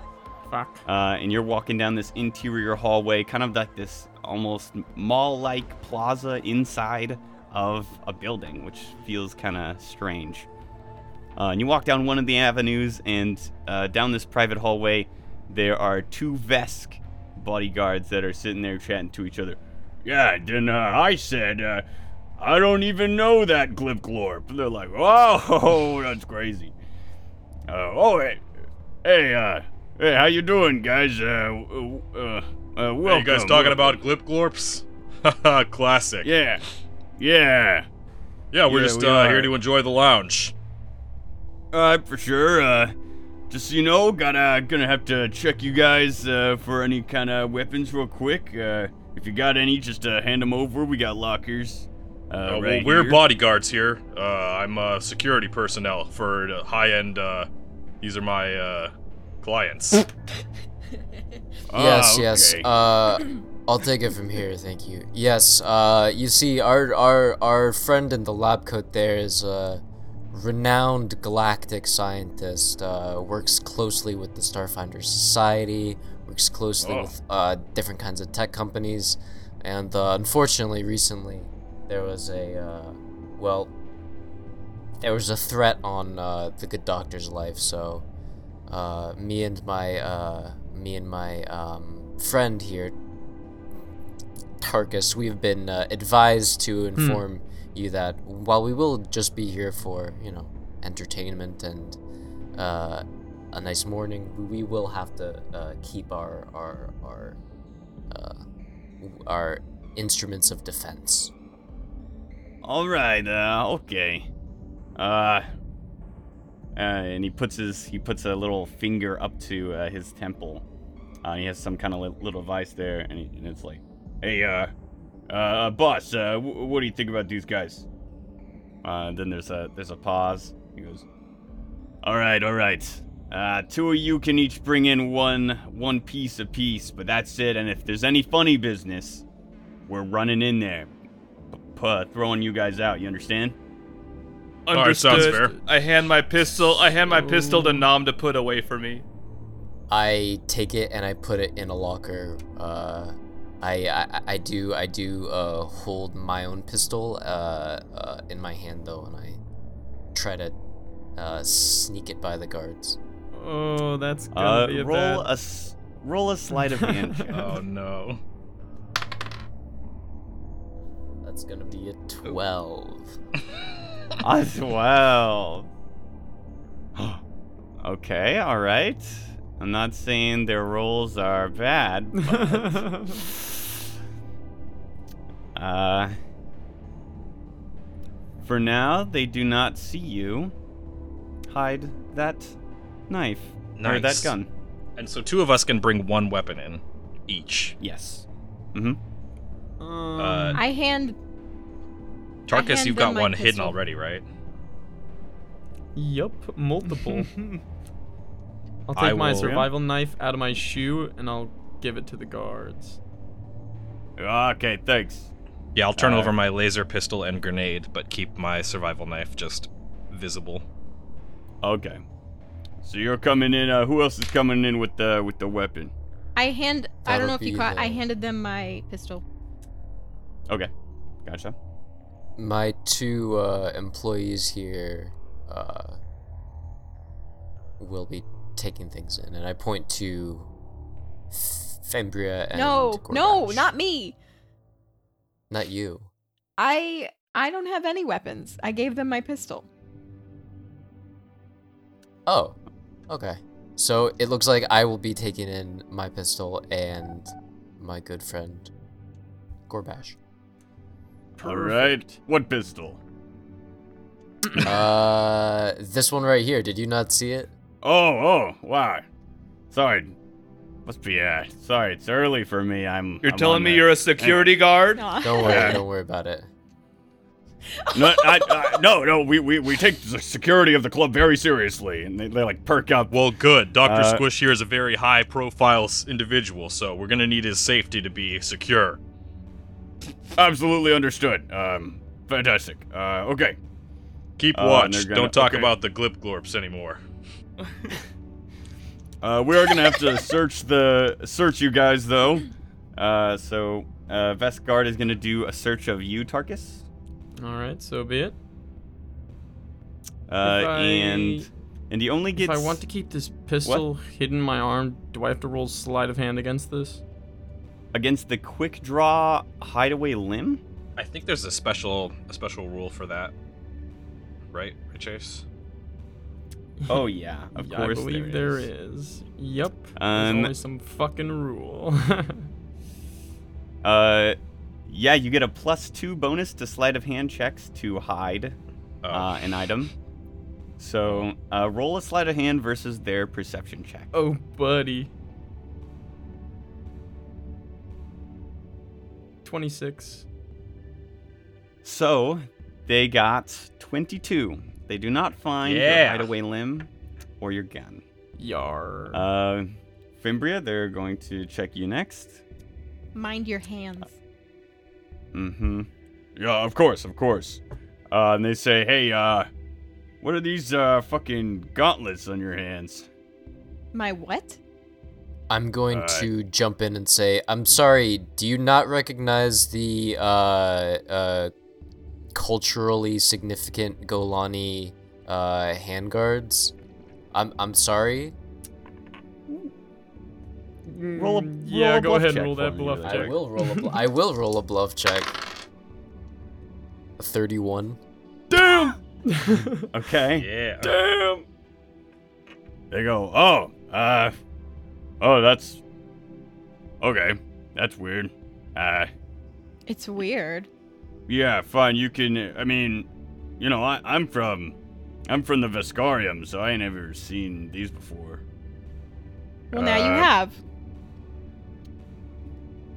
C: Fuck.
A: uh, and you're walking down this interior hallway, kind of like this almost mall-like plaza inside of a building, which feels kind of strange. Uh, and you walk down one of the avenues, and uh, down this private hallway, there are two Vesk bodyguards that are sitting there chatting to each other. Yeah, then uh, I said, uh, I don't even know that Glipglorp. They're like, whoa, that's crazy. Uh, oh, hey, hey, uh, hey, how you doing, guys? Uh, w- w- uh, uh, welcome.
D: Hey, you guys talking about glip glorps? Classic. Yeah,
A: Yeah. Yeah.
D: we're
A: Yeah,
D: just
A: we
D: uh,
A: are.
D: here to enjoy the lounge.
A: Alright, for sure. Uh, just so you know, gotta gonna have to check you guys uh, for any kind of weapons real quick. Uh, if you got any, just uh, hand them over. We got lockers. Uh,
D: Uh, well,
A: right
D: we're
A: here.
D: bodyguards here. Uh, I'm uh, security personnel for uh, high-end. Uh, these are my uh, clients.
E: yes,
A: Ah,
E: yes.
A: okay.
E: Uh, I'll take it from here. Thank you. Yes. Uh, you see, our our our friend in the lab coat there is a renowned galactic scientist. Uh, works closely with the Starfinder Society. Works closely
D: Oh.
E: with uh, different kinds of tech companies, and uh, unfortunately, recently there was a uh, well, there was a threat on uh, the good doctor's life. So uh, me and my uh, me and my um, friend here, Tarkus, we've been uh, advised to inform you that while we will just be here for you know entertainment and uh, a nice morning, we- we will have to uh, keep our our our uh, w- our instruments of defense.
A: All right. Uh, okay. Uh, uh, and he puts his he puts a little finger up to uh, his temple. Uh, he has some kind of li- little vice there, and, he, and it's like, hey, uh, uh, boss, uh, w- what do you think about these guys? Uh, and then there's a there's a pause. He goes, all right, all right. Uh, two of you can each bring in one one piece apiece, but that's it. And if there's any funny business, we're running in there uh, throwing you guys out. You understand?
D: All right, sounds
B: Understood. I hand my pistol. I hand my pistol to Nom to put away from me.
E: I take it and I put it in a locker. Uh, I, I I do I do uh, hold my own pistol uh, uh, in my hand though, and I try to uh, sneak it by the guards.
C: Oh, that's gonna
A: Uh,
C: be a
A: roll
C: bad.
A: a s- roll a sleight of hand check.
D: oh no.
E: That's gonna be a twelve.
A: Ah, wow. okay, all right. I'm not saying their rolls are bad. Uh, for now, they do not see you. Hide that knife or that
D: Nice.
A: gun.
D: And so two of us can bring one weapon in each.
A: Yes. Mm-hmm.
C: Um,
D: Uh,
F: I hand. I
D: Tarkus,
F: hand
D: you've
F: them
D: got
F: my
D: one hidden
F: pistol.
D: already, right?
C: yup, multiple. I'll take
D: I
C: my
D: will-
C: survival knife out of my shoe and I'll give it to the guards.
A: Okay, thanks.
D: Yeah, I'll turn
A: Uh,
D: over my laser pistol and grenade, but keep my survival knife just visible.
A: Okay. So you're coming in. Uh, who else is coming in with the with the weapon?
F: I hand. I
E: That'll
F: don't know if you
E: be
F: caught. I
E: the-
F: handed them my pistol.
A: Okay. Gotcha.
E: My two uh, employees here uh, will be taking things in, and I point to Fembria and
F: no, no,
E: Gorbash.
F: not me.
E: not you.
F: I I don't have any weapons. I gave them my pistol.
E: Oh, okay. So it looks like I will be taking in my pistol and my good friend Gorbash.
A: All right. What pistol?
E: uh, this one right here. Did you not see it?
A: Oh, oh, wow. Sorry. Must be uh. Sorry, it's early for me. I'm.
B: You're
A: I'm
B: telling
A: on
B: me
A: the-
B: you're a security guard?
F: No.
E: Don't worry.
A: Yeah.
E: don't worry about it.
A: No, I, I, no, no. We, we we take the security of the club very seriously, and they, they like perk up.
D: Well, good. Dr.
A: Uh,
D: Squish here is a very high profile s- individual, so we're going to need his safety to be secure.
A: Absolutely understood. Um, fantastic. Uh, okay.
D: Keep
A: Uh, and
D: watch.
A: they're gonna-
D: Don't talk
A: okay.
D: about the glip glorps anymore.
A: Uh, we are gonna have to search the search you guys though. Uh, so uh, Vest Guard is gonna do a search of you, Tarkus,
C: Alright, so be it.
A: uh,
C: I-
A: and and he only gets.
C: If I want to keep this pistol hidden in my arm, do I have to roll sleight of hand against this?
A: against the quick draw hideaway limb.
D: I think there's a special a special rule for that. Right, right, Chase?
A: Oh yeah, of
C: Yeah,
A: course.
C: I believe
A: there
C: there is. Yep.
A: Um,
C: There's always some fucking rule.
A: Uh, Yeah, you get a plus two bonus to sleight of hand checks to hide
D: Oh.
A: uh, an item. So uh, roll a sleight of hand versus their perception check.
C: Oh, buddy. 26.
A: So they got 22. They do not find your
D: Yeah.
A: hideaway limb or your gun.
C: Yar.
A: Uh, Fimbria, they're going to check you next.
F: Mind your hands.
A: Mm-hmm. Yeah, of course, of course. Uh, and they say, hey, uh, what are these uh, fucking gauntlets on your hands?
F: My what?
E: I'm going
D: Alright.
E: to jump in and say, I'm sorry, do you not recognize the uh, uh, culturally significant Golani uh, handguards? I'm, I'm sorry.
A: roll a-
C: Mm, yeah,
A: roll a
C: go
A: bluff
C: ahead
A: check
C: and roll
A: for
C: that
A: me,
C: bluff
A: really.
E: Hmm, I will roll
C: check.
E: a bl- I will roll a bluff check. A 31.
A: Damn! okay.
D: Yeah.
C: Damn!
A: They go, oh, uh, oh, that's okay. That's weird. Uh,
F: It's weird.
A: yeah, fine. You can. uh, I mean, you know, I, I'm from, I'm from the Vescarium, so I ain't ever seen these before.
F: Well, now you
D: Uh,
F: have.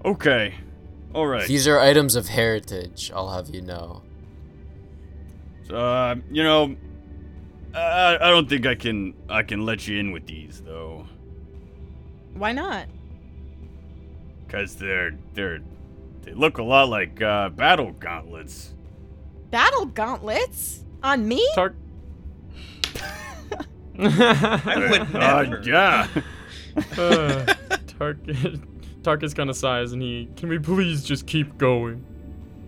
A: Okay, all right.
E: These are items of heritage, I'll have you know.
A: Uh, you know, I, I don't think I can, I can let you in with these though,
F: Why not?
A: cause they're, they're, they look a lot like uh, battle gauntlets.
F: Battle gauntlets on me?
C: Tark.
B: I would
A: Uh,
B: never.
A: yeah.
C: Uh, Tark, Tark is kind of sighs and he, can we please just keep going?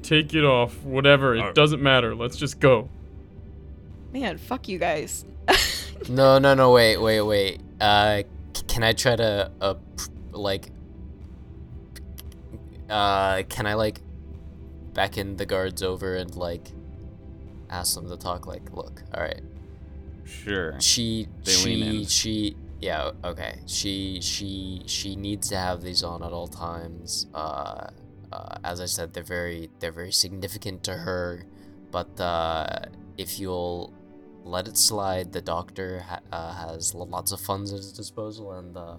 C: Take it off, whatever, it
A: Alright.
C: doesn't matter, let's just go.
F: Man, fuck you guys.
E: No, no, no, wait, wait, wait. Uh, c- can I try to, uh, pr- like, uh, can I, like, beckon the guards over and, like, ask them to talk, like, look, alright.
A: sure.
E: She,
A: They
E: she,
A: lean in.
E: she, yeah, okay. She, she, she needs to have these on at all times. Uh, uh, as I said, they're very, they're very significant to her. But uh, if you'll let it slide, the doctor ha- uh, has l- lots of funds at his disposal, and uh,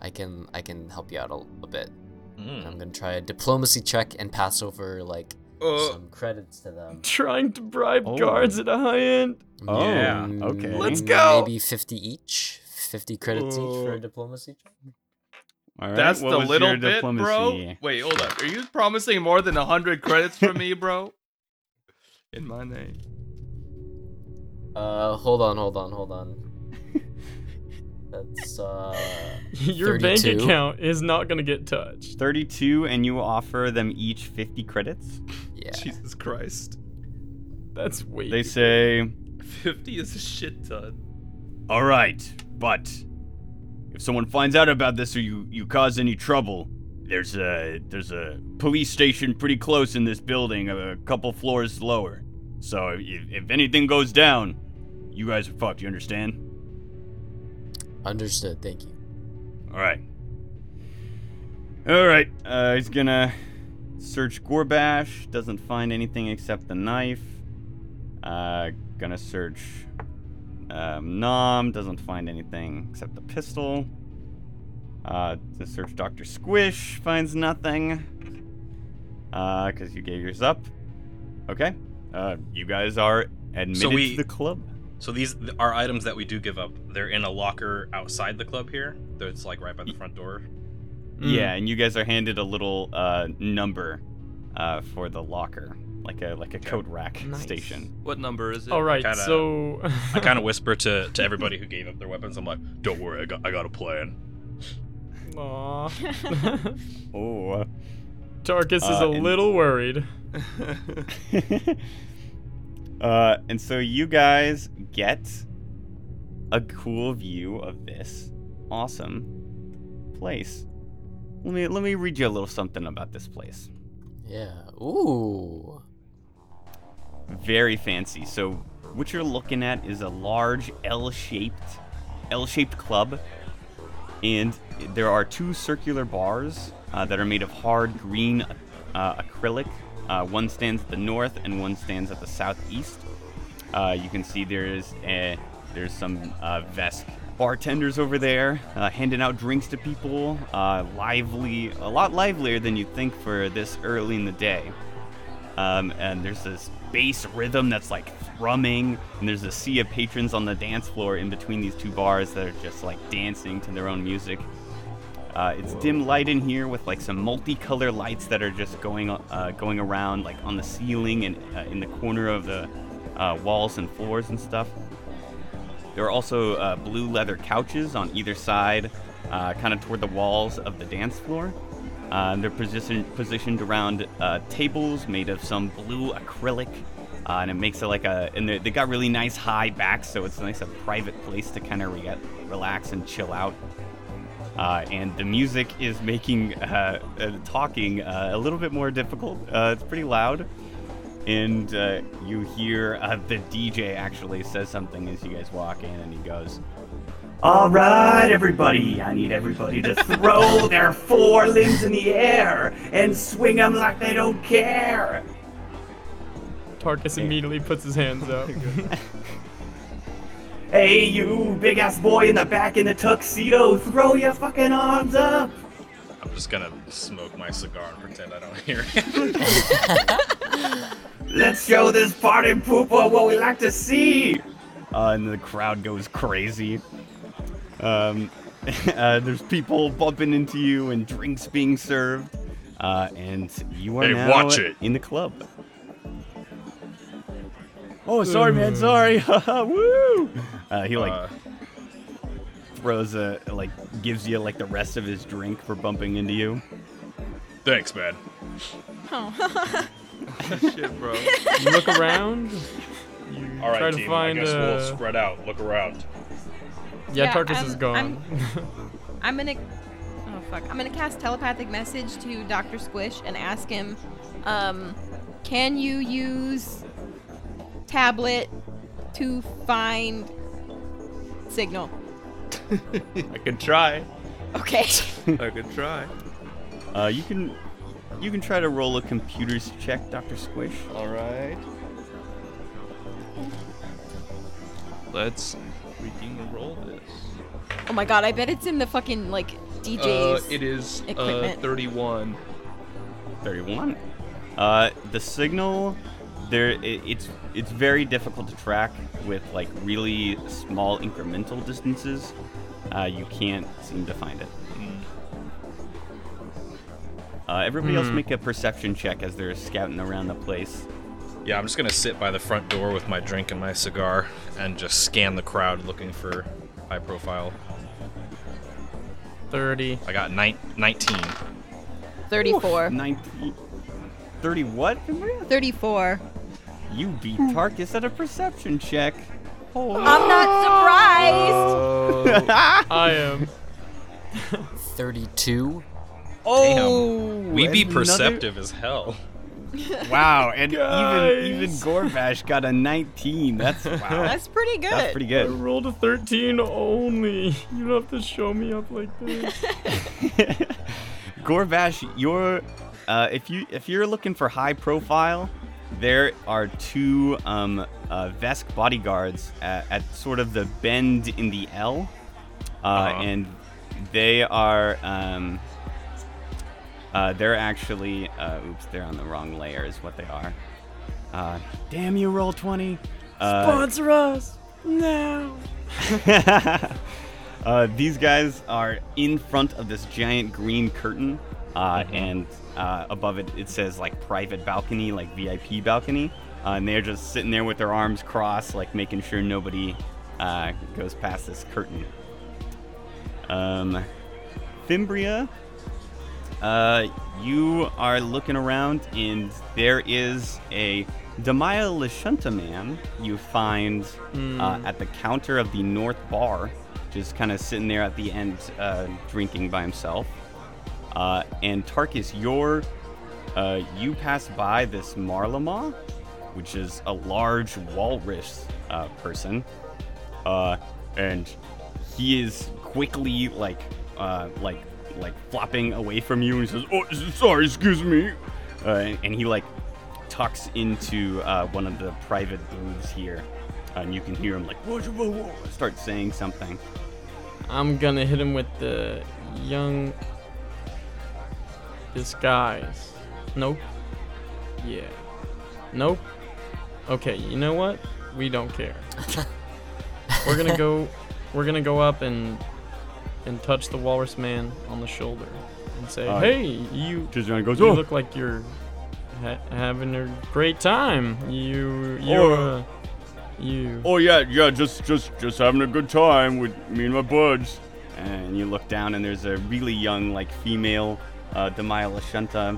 E: I can, I can help you out a, l- a bit.
A: Hmm.
E: And
D: Mm.
E: I'm gonna try a diplomacy check and pass over like
B: Uh,
A: Uh,
E: some credits to them.
C: Trying to bribe
A: Oh.
C: guards at a high end.
A: Oh,
D: Yeah,
E: Mm,
A: okay.
C: Let's go!
E: Maybe 50 each, 50 credits each for
C: Oh.
E: a diplomacy check.
A: All right,
B: That's
A: what
B: the
A: was
B: little
A: your
B: bit, bro.
A: diplomacy?
B: Wait, hold up. Are you promising more than hundred credits from me, bro? In my name.
E: Uh, hold on, hold on, hold on. That's uh.
C: Your bank
E: 32.
C: account is not gonna get touched.
A: 32 and you offer them each 50 credits.
E: Yeah.
B: Jesus Christ.
C: That's way.
A: They say,
B: Fifty is a shit ton.
A: "All right, but if someone finds out about this or you you cause any trouble, there's a there's a police station pretty close in this building, a couple floors lower. So if, if anything goes down, you guys are fucked, you understand?
E: Understood. Thank you.
A: All right. All right. Uh, he's gonna search Gorbash. Doesn't find anything except the knife. Uh, gonna search um, Nom. Doesn't find anything except the pistol. Uh, to search Doctor Squish. Finds nothing. Uh, cause you gave yours up. Okay. Uh, you guys are admitted
D: we-
A: to the club.
D: So these th- are items that we do give up. They're in a locker outside the club here. though It's like right by the front door.
C: Mm.
A: Yeah, and you guys are handed a little uh, number uh, for the locker, like a like a
D: Okay.
A: coat rack
C: Nice.
A: station.
B: What number is it?
C: All right,
D: Kinda-
C: so
D: I kind of whisper to, to everybody who gave up their weapons. I'm like, don't worry, I got, I got a plan.
C: Aw.
A: Oh. uh,
C: Tarkus is
A: Uh,
C: a
A: and-
C: little worried.
A: uh, and so you guys get a cool view of this awesome place. Let me let me read you a little something about this place.
E: Yeah. Ooh.
A: very fancy. So what you're looking at is a large L-shaped L-shaped club, and there are two circular bars uh, that are made of hard green uh, uh, acrylic. Uh, one stands at the north and one stands at the southeast. Uh, you can see there's a, there's some uh, Vesk bartenders over there uh, handing out drinks to people. Uh, lively, a lot livelier than you'd think for this early in the day. Um, and there's this bass rhythm that's like thrumming, and there's a sea of patrons on the dance floor in between these two bars that are just like dancing to their own music. Uh, it's dim light in here with like some multicolor lights that are just going uh, going around like on the ceiling and uh, in the corner of the uh, walls and floors and stuff. There are also uh, blue leather couches on either side, uh, kind of toward the walls of the dance floor. Uh, they're position- positioned around uh, tables made of some blue acrylic, uh, and it makes it like a. And they, they got really nice high backs, so it's a nice a private place to kind of re- relax and chill out. Uh, and the music is making uh, uh, talking uh, a little bit more difficult. Uh, it's pretty loud and uh, you hear uh, the DJ actually says something as you guys walk in, and he goes, "All right, everybody, I need everybody to throw their four limbs in the air and swing them like they don't care."
C: Tarkus immediately puts his hands up.
A: Hey, you big ass boy in the back in the tuxedo, throw your fucking arms up.
D: I'm just gonna smoke my cigar and pretend I don't hear it.
A: Let's show this party pooper what we like to see. Uh, and the crowd goes crazy. Um, uh, there's people bumping into you and drinks being served. Uh, and you are
D: Hey,
A: now
D: watch it.
A: in the club. Oh, sorry, man. Sorry. Woo! Uh, he like
D: Uh,
A: throws a like gives you like the rest of his drink for bumping into you.
D: thanks, man.
F: Oh.
B: Shit, bro.
C: you look around. You
D: All right,
C: try to
D: team.
C: find.
D: I guess
C: uh,
D: we'll spread out, look around.
C: yeah,
F: Yeah,
C: Tarkus is
F: I'm-
C: gone.
F: I'm gonna. Oh fuck! I'm gonna cast telepathic message to Doctor Squish and ask him, um, can you use tablet to find signal?
B: I could try.
F: Okay.
B: I could try.
A: Uh, you can you can try to roll a computer's check, Doctor Squish.
B: All right. Let's freaking roll this.
F: oh my god! I bet it's in the fucking like
B: Uh,
F: DJ's.
B: it is uh,
F: equipment.
B: 31.
A: 31. Uh, the signal there i it's it's very difficult to track with like really small incremental distances. Uh, you can't seem to find it. Uh, everybody else make a perception check as they're scouting around the place.
D: Yeah, I'm just gonna sit by the front door with my drink and my cigar and just scan the crowd looking for high profile.
C: Thirty.
D: I got nine, 19.
F: Thirty-four.
A: 19 30 what?
F: Thirty-four.
A: You beat Tarkus at a perception check.
F: I'm not
B: Ah.
F: surprised.
C: I am.
E: 32.
A: Oh,
D: We be
A: and another-
D: perceptive as hell.
A: Wow, and even even Gorbash got a 19. That's wow.
F: That's pretty good.
A: That's pretty
C: I
A: good.
C: rolled a thirteen only. You don't have to show me up like this.
A: Gorbash, you're uh, if you if you're looking for high profile, there are two um, uh, Vesk bodyguards at, at sort of the bend in the L, uh,
D: Uh-huh.
A: and they are um, uh, they're actually uh, oops, they're on the wrong layer is what they are. Uh, damn you, roll twenty. Uh,
C: Sponsor us now.
A: uh, these guys are in front of this giant green curtain, uh, and uh, above it it says like private balcony, like VIP balcony, uh, and they're just sitting there with their arms crossed, like making sure nobody uh, goes past this curtain. Um, Fimbria, uh, you are looking around, and there is a Demaya Lashunta man you find uh, at the counter of the North Bar, just kind of sitting there at the end, uh, drinking by himself. Uh, and Tarkus, your uh, you pass by this Marlama, which is a large walrus uh, person, uh, and he is quickly like uh, like like flopping away from you and says, "Oh, s- sorry, excuse me," uh, and, and he like tucks into uh, one of the private booths here, and you can hear him like "Whoa, whoa, whoa," start saying something.
C: I'm gonna hit him with the young disguise. Nope. Yeah. Nope. Okay, you know what? We don't care. we're gonna go we're gonna go up and and touch the walrus man on the shoulder and say,
A: Uh,
C: Hey, you
A: Tristan goes,
C: you
A: "Oh."
C: look like you're ha- having a great time. You you're
A: Oh.
C: uh, you
A: Oh yeah, yeah, just just just having a good time with me and my buds. And you look down, and there's a really young, like female, uh, Demaya Lashenta.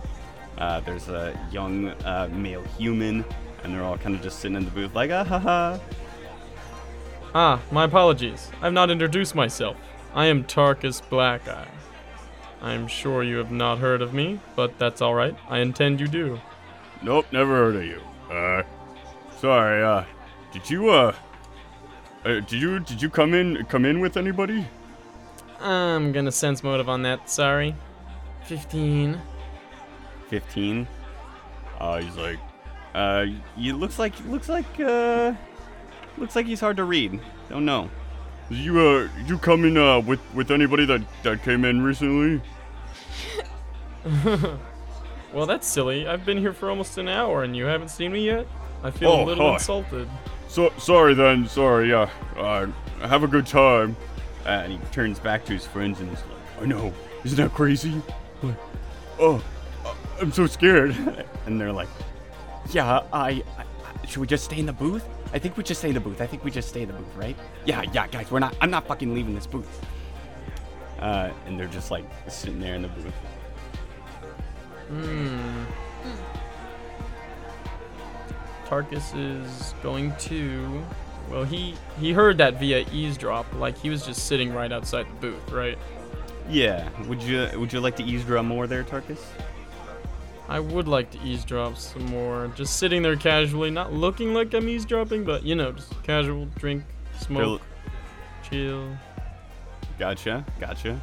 A: Uh, there's a young uh, male human, and they're all kind of just sitting in the booth, like ah ha ha.
C: Ah, my apologies. I've not introduced myself. I am Tarkus Blackeye. I'm sure you have not heard of me, but that's alright. I intend you do.
A: Nope, never heard of you. Uh, sorry. Uh, did you uh, uh, did you did you come in come in with anybody?
C: I'm gonna sense motive on that, sorry. 15.
A: 15. Uh, he's like, uh, he looks like looks like uh, looks like he's hard to read. Don't know. You uh, you coming uh with with anybody that that came in recently?
C: Well, that's silly. I've been here for almost an hour and you haven't seen me yet? I feel
A: Oh,
C: a little
A: hi.
C: insulted.
A: So sorry then, sorry. Yeah. Uh, have a good time. Uh, and he turns back to his friends and he's like, I know. Isn't that crazy? What? Oh, uh, I'm so scared. and they're like, Yeah, I, I. Should we just stay in the booth? I think we just stay in the booth. I think we just stay in the booth, right? Yeah, yeah, guys. We're not. I'm not fucking leaving this booth. Uh, and they're just like sitting there in the booth.
C: Tarkus is going to. Well, he he heard that via eavesdrop, like he was just sitting right outside the booth, right?
A: Yeah. Would you Would you like to eavesdrop more there, Tarkus?
C: I would like to eavesdrop some more. Just sitting there casually, not looking like I'm eavesdropping, but you know, just casual drink, smoke, chill.
A: Gotcha, gotcha.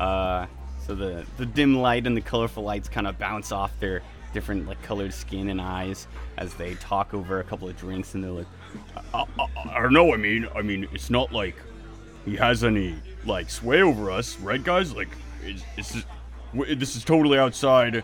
A: Uh, so the the dim light and the colorful lights kind of bounce off their different like colored skin and eyes as they talk over a couple of drinks, and they're like,
D: I, I, I don't know. I mean, I mean, it's not like he has any like sway over us, right, guys? Like, it's, it's just- w- this is totally outside.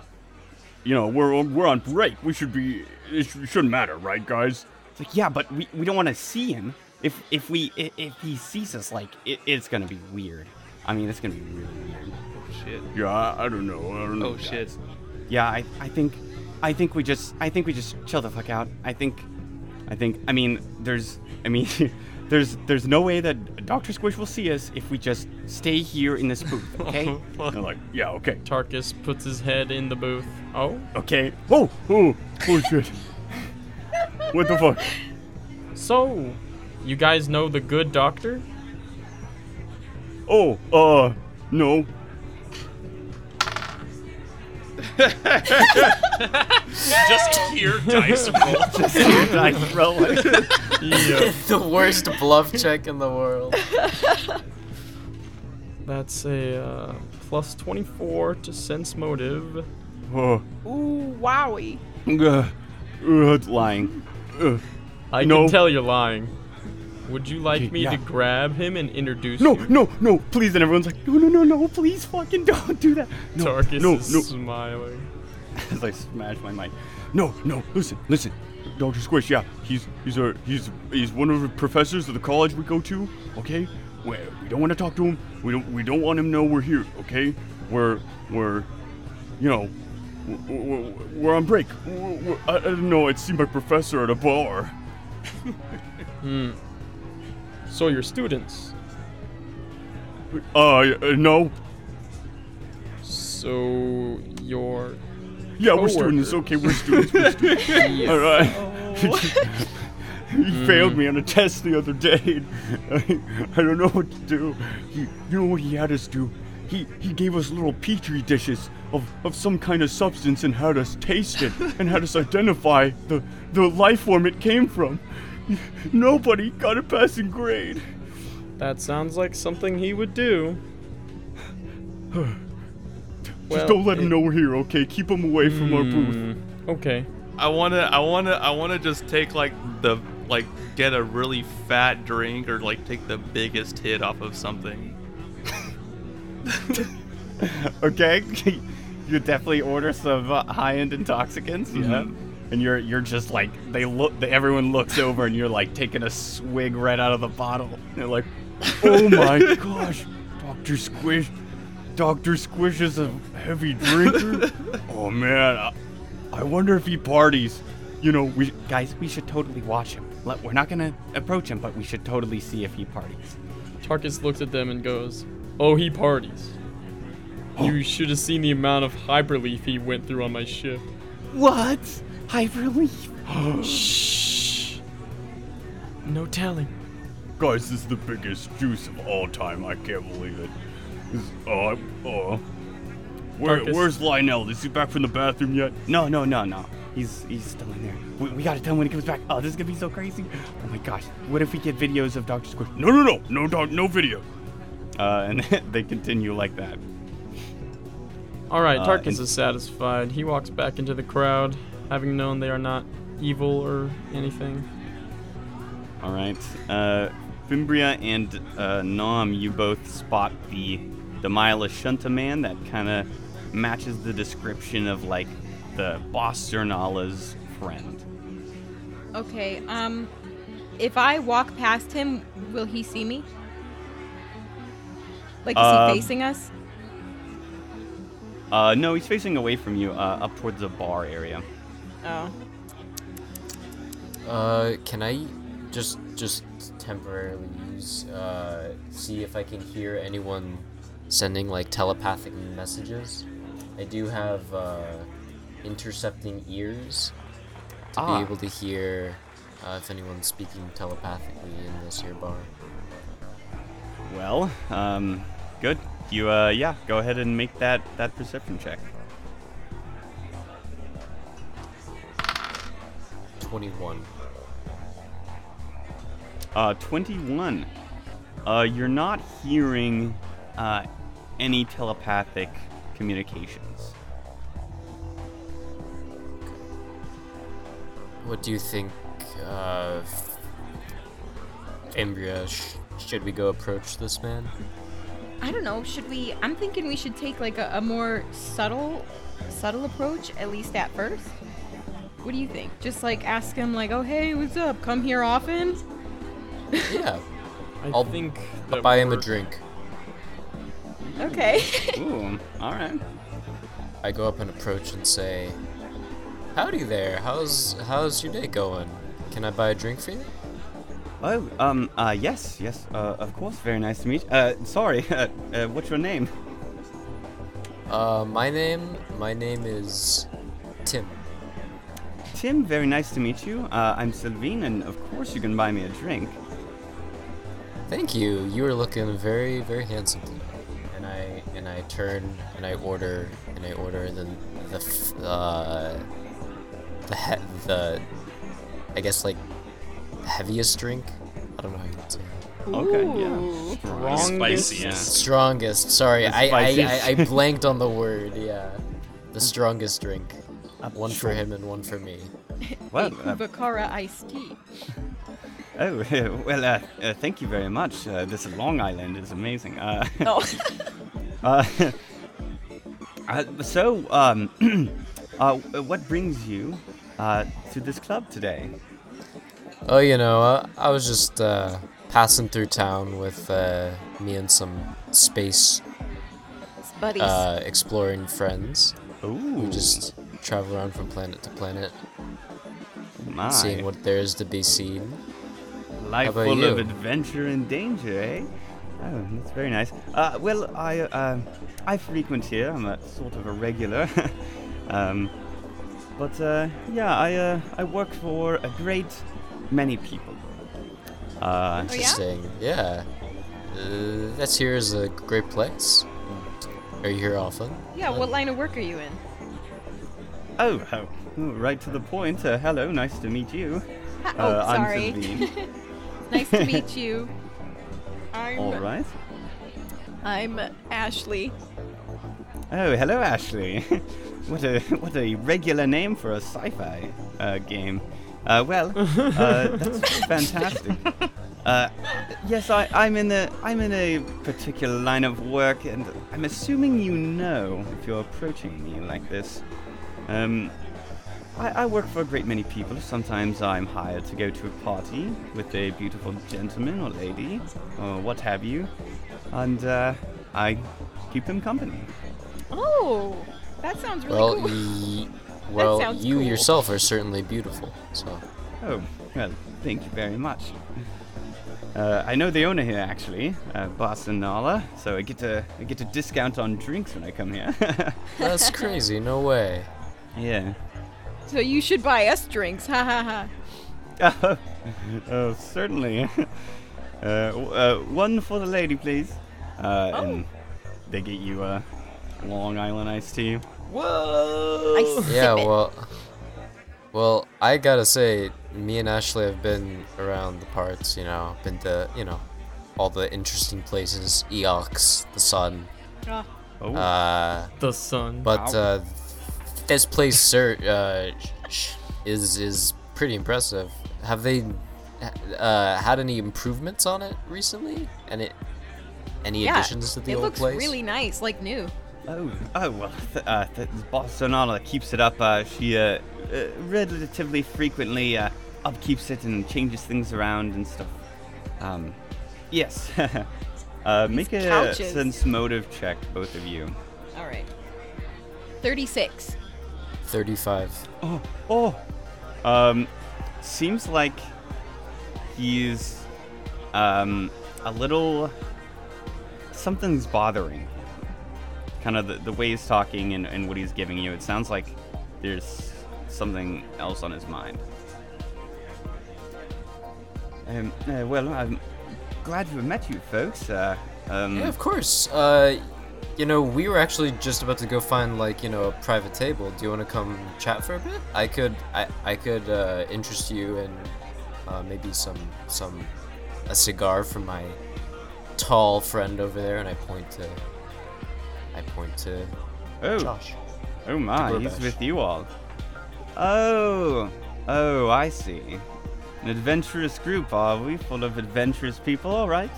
D: You know, we're on- we're on break. We should be. It sh- shouldn't matter, right, guys?
A: it's like yeah, but we, we don't want to see him. If if we i- if he sees us, like it, it's gonna be weird. I mean, it's gonna be really weird.
B: Oh shit.
D: Yeah, I, I don't know. I don't know.
B: Oh shit.
A: Yeah, I, I think I think we just I think we just chill the fuck out. I think I think I mean there's I mean there's there's no way that Doctor Squish will see us if we just stay here in this booth, okay?
D: They're like, yeah, okay,
C: Tarkus puts his head in the booth. Oh,
A: okay.
D: Oh, oh, oh shit. what the fuck?
C: so you guys know the good doctor?
D: Oh, uh, no.
H: Just hear dice roll.
A: Nice roll.
C: Yeah.
E: the worst bluff check in the world.
C: That's a uh, plus 24 to sense motive.
A: Uh,
D: Oh,
F: Ooh, wowie.
D: uh, uh,
A: It's lying.
D: uh.
C: I
D: No.
C: can tell you're lying. Would you like me
A: yeah.
C: to grab him and introduce
A: No,
C: you?
A: no, no, please. And everyone's like, no, no, no, no, please fucking don't do that. No,
C: Tarkus
A: no,
C: is
A: no.
C: smiling.
A: As I smash my mic.
D: No, no, listen, listen. Dr. Squish, yeah, he's he's a he's he's one of the professors of the college we go to, okay? We, we don't want to talk to him. We don't we don't want him to know we're here, okay? We're we're you know, we're, we're, we're on break. We're, we're, I, I don't know, I'd see my professor at a bar.
C: So your students.
D: Uh, uh, no.
C: So your
D: Yeah, we're students.
C: Coworkers.
D: Okay, we're students. We're students. All right.
C: Oh.
D: he failed
C: Mm.
D: me on a test the other day. I, I don't know what to do. He, you know what he had us do? He he gave us little petri dishes of, of some kind of substance and had us taste it and had us identify the the life form it came from. Nobody got a passing grade.
C: That sounds like something he would do. Well,
D: Just don't let
C: it-
D: him know we're here, okay? Keep him away from our booth.
C: Hmm, Okay.
B: I wanna, I wanna, I wanna just take like the like get a really fat drink or like take the biggest hit off of something.
A: Okay, you definitely order some uh, high-end intoxicants. Yeah, and you're you're just like they look. They, everyone looks over, and you're like taking a swig right out of the bottle. They're like,
D: Oh my gosh, Doctor Squish, Doctor Squish is a heavy drinker.
A: oh man, I, I wonder if he parties. You know, we guys, we should totally watch him. Let, we're not gonna approach him, but we should totally see if he parties.
C: Tarkus looks at them and goes, "Oh, he parties. You should have seen the amount of hyperleaf he went through on my ship."
A: What? I really.
C: Shh. No telling.
D: Guys, this is the biggest juice of all time. I can't believe it. This, uh, uh, where,
C: Marcus?
D: where's Lionel? Is he back from the bathroom yet?
A: No, no, no, no. He's he's still in there. We, we gotta tell him when he comes back. Oh, this is gonna be so crazy. Oh my gosh. What if we get videos of Doctor Squish?
D: No, no, no, no dog, no video.
A: Uh, and they continue like that.
C: All right,
A: Uh,
C: Tarkus
A: and-
C: is satisfied. He walks back into the crowd, having known they are not evil or anything.
A: All right. Uh, Fimbria and uh, Nom, you both spot the Demila Shunta man that kind of matches the description of like the boss Zernala's friend.
F: Okay. Um, if I walk past him, will he see me? Like, is
A: Um,
F: he facing us?
A: Uh, no, he's facing away from you, uh, up towards the bar area.
F: Oh.
E: Uh, can I just just temporarily use uh see if I can hear anyone sending like telepathic messages? I do have uh intercepting ears to
A: Ah.
E: be able to hear uh, if anyone's speaking telepathically in this here bar.
A: Well, um, good. You, uh, yeah, go ahead and make that that perception check.
E: 21.
A: Uh, 21. Uh, you're not hearing uh, any telepathic communications.
E: What do you think, uh, Fimbria? Sh- should we go approach this man?
F: I don't know. Should we? I'm thinking we should take like a, a more subtle, subtle approach at least at first. What do you think? Just like ask him, like, "Oh, hey, what's up? Come here often."
E: Yeah,
C: I
E: I'll-
C: think
E: I'll
C: that
E: buy him a
C: we're-
E: drink.
F: Okay.
A: Ooh, all right.
E: I go up and approach and say, "Howdy there. How's how's your day going? Can I buy a drink for you?"
A: Oh, um, uh, yes, yes, uh, of course. Very nice to meet. Uh, sorry, uh, uh, what's your name?
E: Uh, my name my name is Tim.
A: Tim. Very nice to meet you. Uh, I'm Sylvine, and of course you can buy me a drink.
E: Thank you. You are looking very very handsome today. And I and I turn and I order and I order the the f- uh, the he- the I guess like heaviest drink. I don't know how you would say. it.
A: Okay, yeah.
F: Ooh.
H: Spicy.
A: Yeah.
E: Strongest. Sorry, I, I, I,
A: spices.
E: I blanked on the word. Yeah, the strongest drink. One for
A: sure.
E: him and one for me.
A: Well,
F: A
A: uh,
F: Kuvakara iced tea.
A: oh, well, uh, uh, thank you very much. Uh, this Long Island is amazing. Uh,
F: Oh.
A: Uh, uh, so, um, uh, what brings you uh, to this club today?
E: Oh, you know, I, I was just uh, passing through town with uh, me and some space
F: It's buddies.
E: uh, exploring friends.
A: Ooh,
E: We just travel around from planet to planet,
A: my
E: seeing what there is to be seen.
A: life
E: about
A: full of
E: you?
A: adventure and danger, eh? Oh, that's very nice. Uh, well, I uh, I frequent here. I'm a sort of a regular. um, but uh, yeah, I uh, I work for a great many people. Uh,
F: Oh, yeah?
E: Interesting. Yeah. Uh, that's here is a great place.
A: Hmm.
E: Are you here often?
F: yeah. What line of work are you in?
A: oh, oh, right to the point. Uh, hello, nice to meet you.
F: Ha-
A: Uh,
F: oh, sorry.
A: I'm Sylvine.
F: nice to meet you. I'm
A: All right.
F: I'm Ashley.
A: Oh, hello, Ashley. what a what a regular name for a sci-fi uh, game. Uh, well, uh, that's fantastic. Uh, yes, I, I'm in a I'm in a particular line of work, and I'm assuming you know if you're approaching me like this. Um, I, I work for a great many people. Sometimes I'm hired to go to a party with a beautiful gentleman or lady, or what have you, and uh, I keep them company.
F: Oh, that sounds really
E: Well,
F: cool.
E: ye- well,
F: sounds
E: you
F: cool.
E: yourself are certainly beautiful. So
A: Oh, well, thank you very much. Uh, I know the owner here actually, uh, Boston Nala, so I get a I get a discount on drinks when I come here.
E: that's crazy. No way.
A: yeah.
F: So you should buy us drinks. Ha ha ha.
A: Oh, certainly. Uh, w- uh, one for the lady, please. Uh, And they get you a Long Island iced tea. Uh,
F: I sip
E: Yeah.
F: it.
E: Well, well, I gotta say, me and Ashley have been around the parts. You know, been to you know, all the interesting places. Eox, the sun.
F: Ah.
A: Oh.
E: Uh,
C: The sun.
E: But uh, this place, sir, uh, sh- sh- is is pretty impressive. Have they uh, had any improvements on it recently? And it any
F: Yeah,
E: additions to the
F: it
E: old
F: looks
E: place?
F: really nice, like new.
A: Oh, oh well, th- uh, th- Boston Nala keeps it up. Uh, she uh, uh, relatively frequently uh, upkeeps it and changes things around and stuff. Um, yes. uh, make a
F: couches.
A: sense motive check, both of you.
F: All right. 36.
E: Thirty-five.
A: Oh, oh. Um, seems like he's um a little something's bothering. him. Kind of the, the way he's talking and, and what he's giving you. It sounds like there's something else on his mind. Um, uh, well, I'm glad to have met you, folks. Uh, um,
E: Yeah, of course. Uh, you know, we were actually just about to go find like you know a private table. Do you want to come chat for a bit? I could, I, I could uh, interest you in uh, maybe some some a cigar from my tall friend over there, and I point to, I point to
A: oh,
E: Josh.
A: Oh my, he's
E: DoorDash.
A: with you all. Oh, oh, I see. An adventurous group, are we? Full of adventurous people, all right.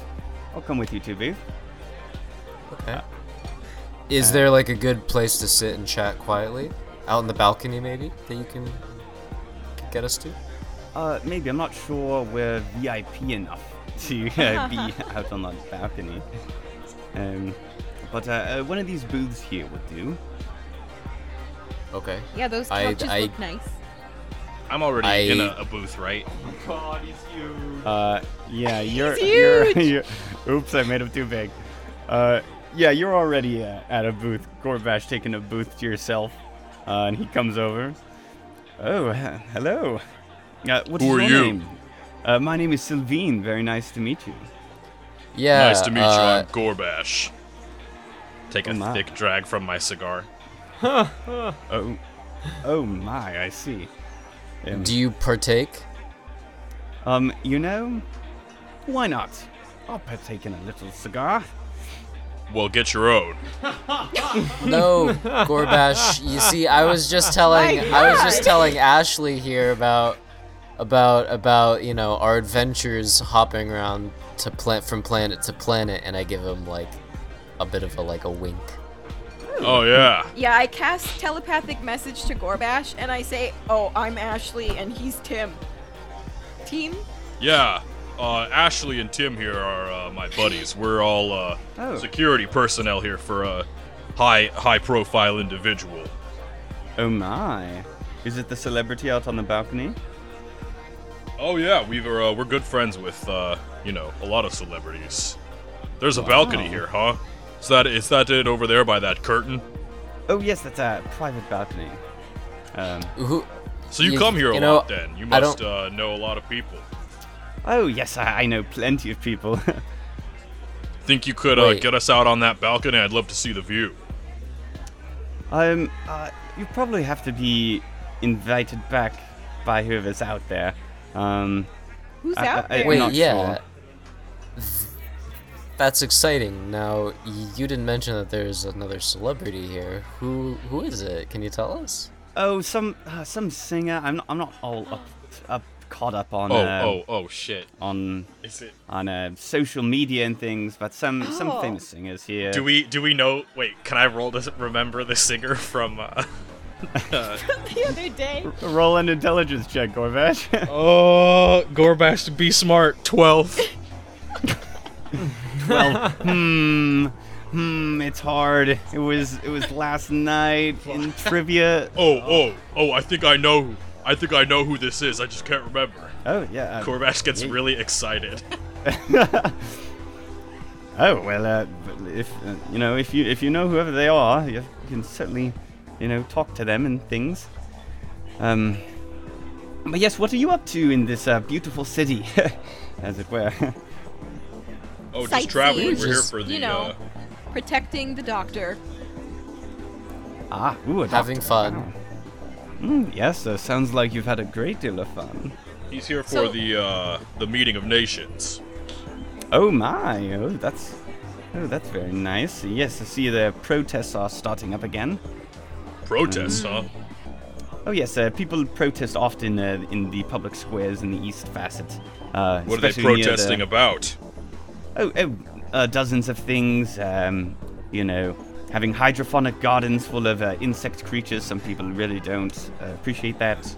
A: I'll come with you, Tubu.
D: Uh,
E: Okay. Is there like a good place to sit and chat quietly out on the balcony, maybe that you can get us to?
A: Uh, maybe, I'm not sure we're VIP enough to uh, be out on that balcony. Um, but uh, uh, one of these booths here would do.
E: Okay.
F: Yeah, those
E: I-
F: couches
E: I-
F: look nice.
D: I'm already
E: I-
D: in a, a booth, right?
A: Uh, yeah, you're,
F: huge.
A: you're, you're. Oops, I made him too big. Uh, yeah, you're already uh, at a booth. Gorbash taking a booth to yourself, uh, and he comes over. Oh, uh, hello. Uh, what's
D: Who
A: your
D: are you?
A: name? Uh, my name is Sylvine. Very nice to meet you.
E: Yeah.
D: nice to meet you.
E: uh,
D: I'm Gorbash. Take a
A: Oh my.
D: thick drag from my cigar.
A: Oh, oh my, I see. Um,
E: Do you partake?
A: um, you know, why not? I'll partake in a little cigar.
D: Well, get your own.
E: No, Gorbash. You see, I was just telling,
F: My
E: I was just
F: God.
E: telling Ashley here about, about, about you know our adventures hopping around to plant from planet to planet, and I give him like a bit of a like a wink.
D: Oh yeah.
F: Yeah, I cast telepathic message to Gorbash and I say, "Oh, I'm Ashley and he's Tim." Team?
D: Yeah, uh, Ashley and Tim here are uh, my buddies. We're all uh,
A: Oh.
D: security personnel here for a high high profile individual.
A: Oh my, is it the celebrity out on the balcony?
D: Oh yeah, we were uh, we're good friends with uh, you know a lot of celebrities. There's a balcony here, huh? Is that is that it over there by that curtain?
A: Oh yes, that's a private balcony. Um,
E: Who?
D: So you,
E: You-
D: come here a
E: you
D: lot
E: know,
D: then. You
E: I
D: must
E: don't-
D: uh, know a lot of people.
A: oh yes, I, I know plenty of people.
D: Think you could uh,
E: Wait.
D: get us out on that balcony? I'd love to see the view.
A: um, uh, you probably have to be invited back by whoever's out there. Um,
F: Who's
A: I-
F: out
A: I-
F: there?
A: I'm
E: Wait,
A: not
E: yeah.
A: sure.
E: That's exciting. Now, y- you didn't mention that there's another celebrity here. Who who is it? Can you tell us?
A: Oh, some uh, some singer. I'm not. I'm not all up, up caught up on
H: Oh,
A: uh,
H: oh, oh, shit.
A: on
I: Is it?
A: on uh, social media and things, but some some famous singers here.
I: Do we do we know? Wait, can I roll to remember the singer from? Uh,
F: the other day.
A: roll an intelligence check, Gorbash?
I: oh, Gorbash, be smart. Twelve.
A: well, hmm, hmm. It's hard. It was it was last night in trivia.
H: Oh, oh, oh, I think I know. who- I think I know who this is. I just can't remember.
A: Oh yeah. um,
I: Gorbash gets really excited.
A: Oh well, uh, but if uh, you know if you if you know whoever they are, you can certainly you know talk to them and things. Um, but yes, what are you up to in this uh, beautiful city, as it were?
H: Oh, just traveling. We're
E: Sightseeing.
H: here for the.
F: you know,
H: uh,
F: protecting the doctor.
A: ah, ooh, a
E: Having
A: doctor.
E: fun.
A: Mm, yes, uh, sounds like you've had a great deal of fun.
H: he's here for
F: So-
H: the uh, the meeting of nations.
A: Oh my, oh that's oh that's very nice. Yes, I see the protests are starting up again.
H: Protests, huh?
A: Oh yes, uh, people protest often uh, in the public squares in the east facet. Uh,
H: What are they
A: especially near the-
H: protesting about?
A: Oh, oh uh, dozens of things. Um, you know, having hydroponic gardens full of uh, insect creatures. Some people really don't uh, appreciate that.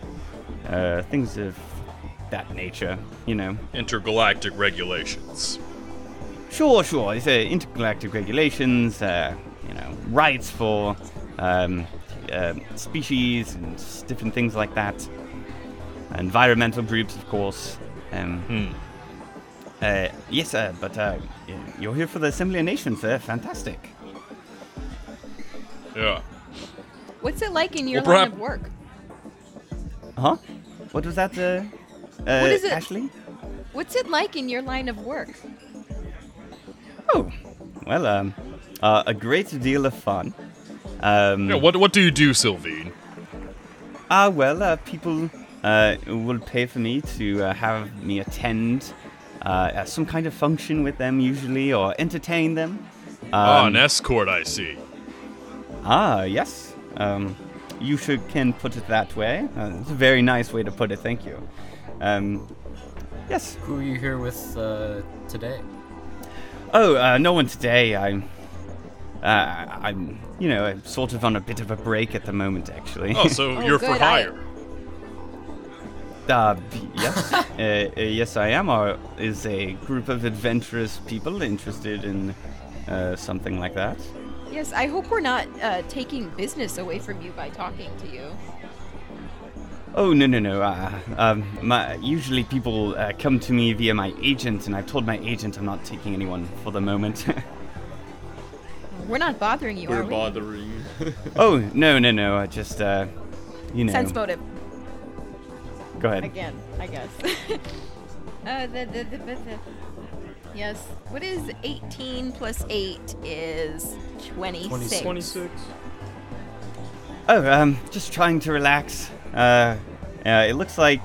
A: Uh, things of that nature, you know.
H: Intergalactic regulations.
A: Sure, sure. It's uh, intergalactic regulations. Uh, you know, rights for um, uh, species and s- different things like that. Environmental groups, of course. Um,
H: Hmm.
A: uh, yes, sir. But uh, y- you're here for the Assembly of Nations, sir. Fantastic.
H: Yeah.
F: What's it like in your
H: Well,
F: line
H: perhaps-
F: of work?
A: Huh? What was that, uh, uh
F: What is it?
A: Ashley?
F: What's it like in your line of work?
A: Oh, well, um, uh, a great deal of fun. Um,
H: Yeah. What What do you do, Sylvine?
A: Ah, well, uh, people uh, will pay for me to uh, have me attend uh, at some kind of function with them, usually, or entertain them. Um,
D: Oh,
H: ah, an escort, I see.
A: Ah, yes. Um, you should can put it that way. Uh, it's a very nice way to put it. Thank you. Um, yes.
E: Who are you here with uh, today?
A: Oh, uh, no one today. I'm, uh, I'm, you know, I'm sort of on a bit of a break at the moment, actually.
H: Oh, so
F: Oh,
H: you're for
F: good, I-
H: hire.
A: Uh, b- yes, uh, uh, yes, I am. Or is a group of adventurous people interested in uh, something like that?
F: Yes, I hope we're not uh, taking business away from you by talking to you.
A: Oh no no no! Uh, um, my, usually people uh, come to me via my agent, and I've told my agent I'm not taking anyone for the moment.
F: We're not bothering you,
I: We're
F: are we?
I: bothering.
A: oh no no no! I just uh, you know.
F: Sense motive
A: Go ahead.
F: again, I guess. uh, the, the, the, the, the- Yes. What is 18 plus 8 is 26.
C: 26.
A: Oh, um, just trying to relax. Uh, uh it looks like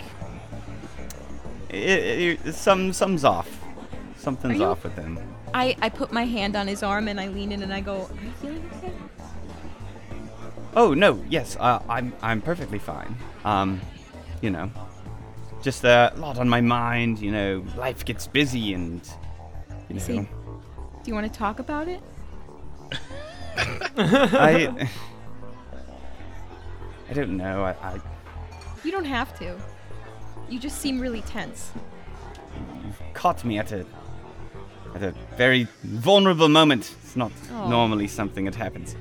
A: i i i- some some's off. Something's
F: you-
A: off with him.
F: I, I put my hand on his arm and I lean in and I go, Are you feeling okay?
A: Oh no, yes, uh, I'm I'm perfectly fine. Um, you know, just a lot on my mind. You know, life gets busy, and you
F: see.
A: know,
F: Do you want to talk about it?
A: I I don't know. I, I
F: You don't have to. You just seem really tense.
A: caught me at a at a very vulnerable moment. It's not
F: Aw.
A: normally something that happens.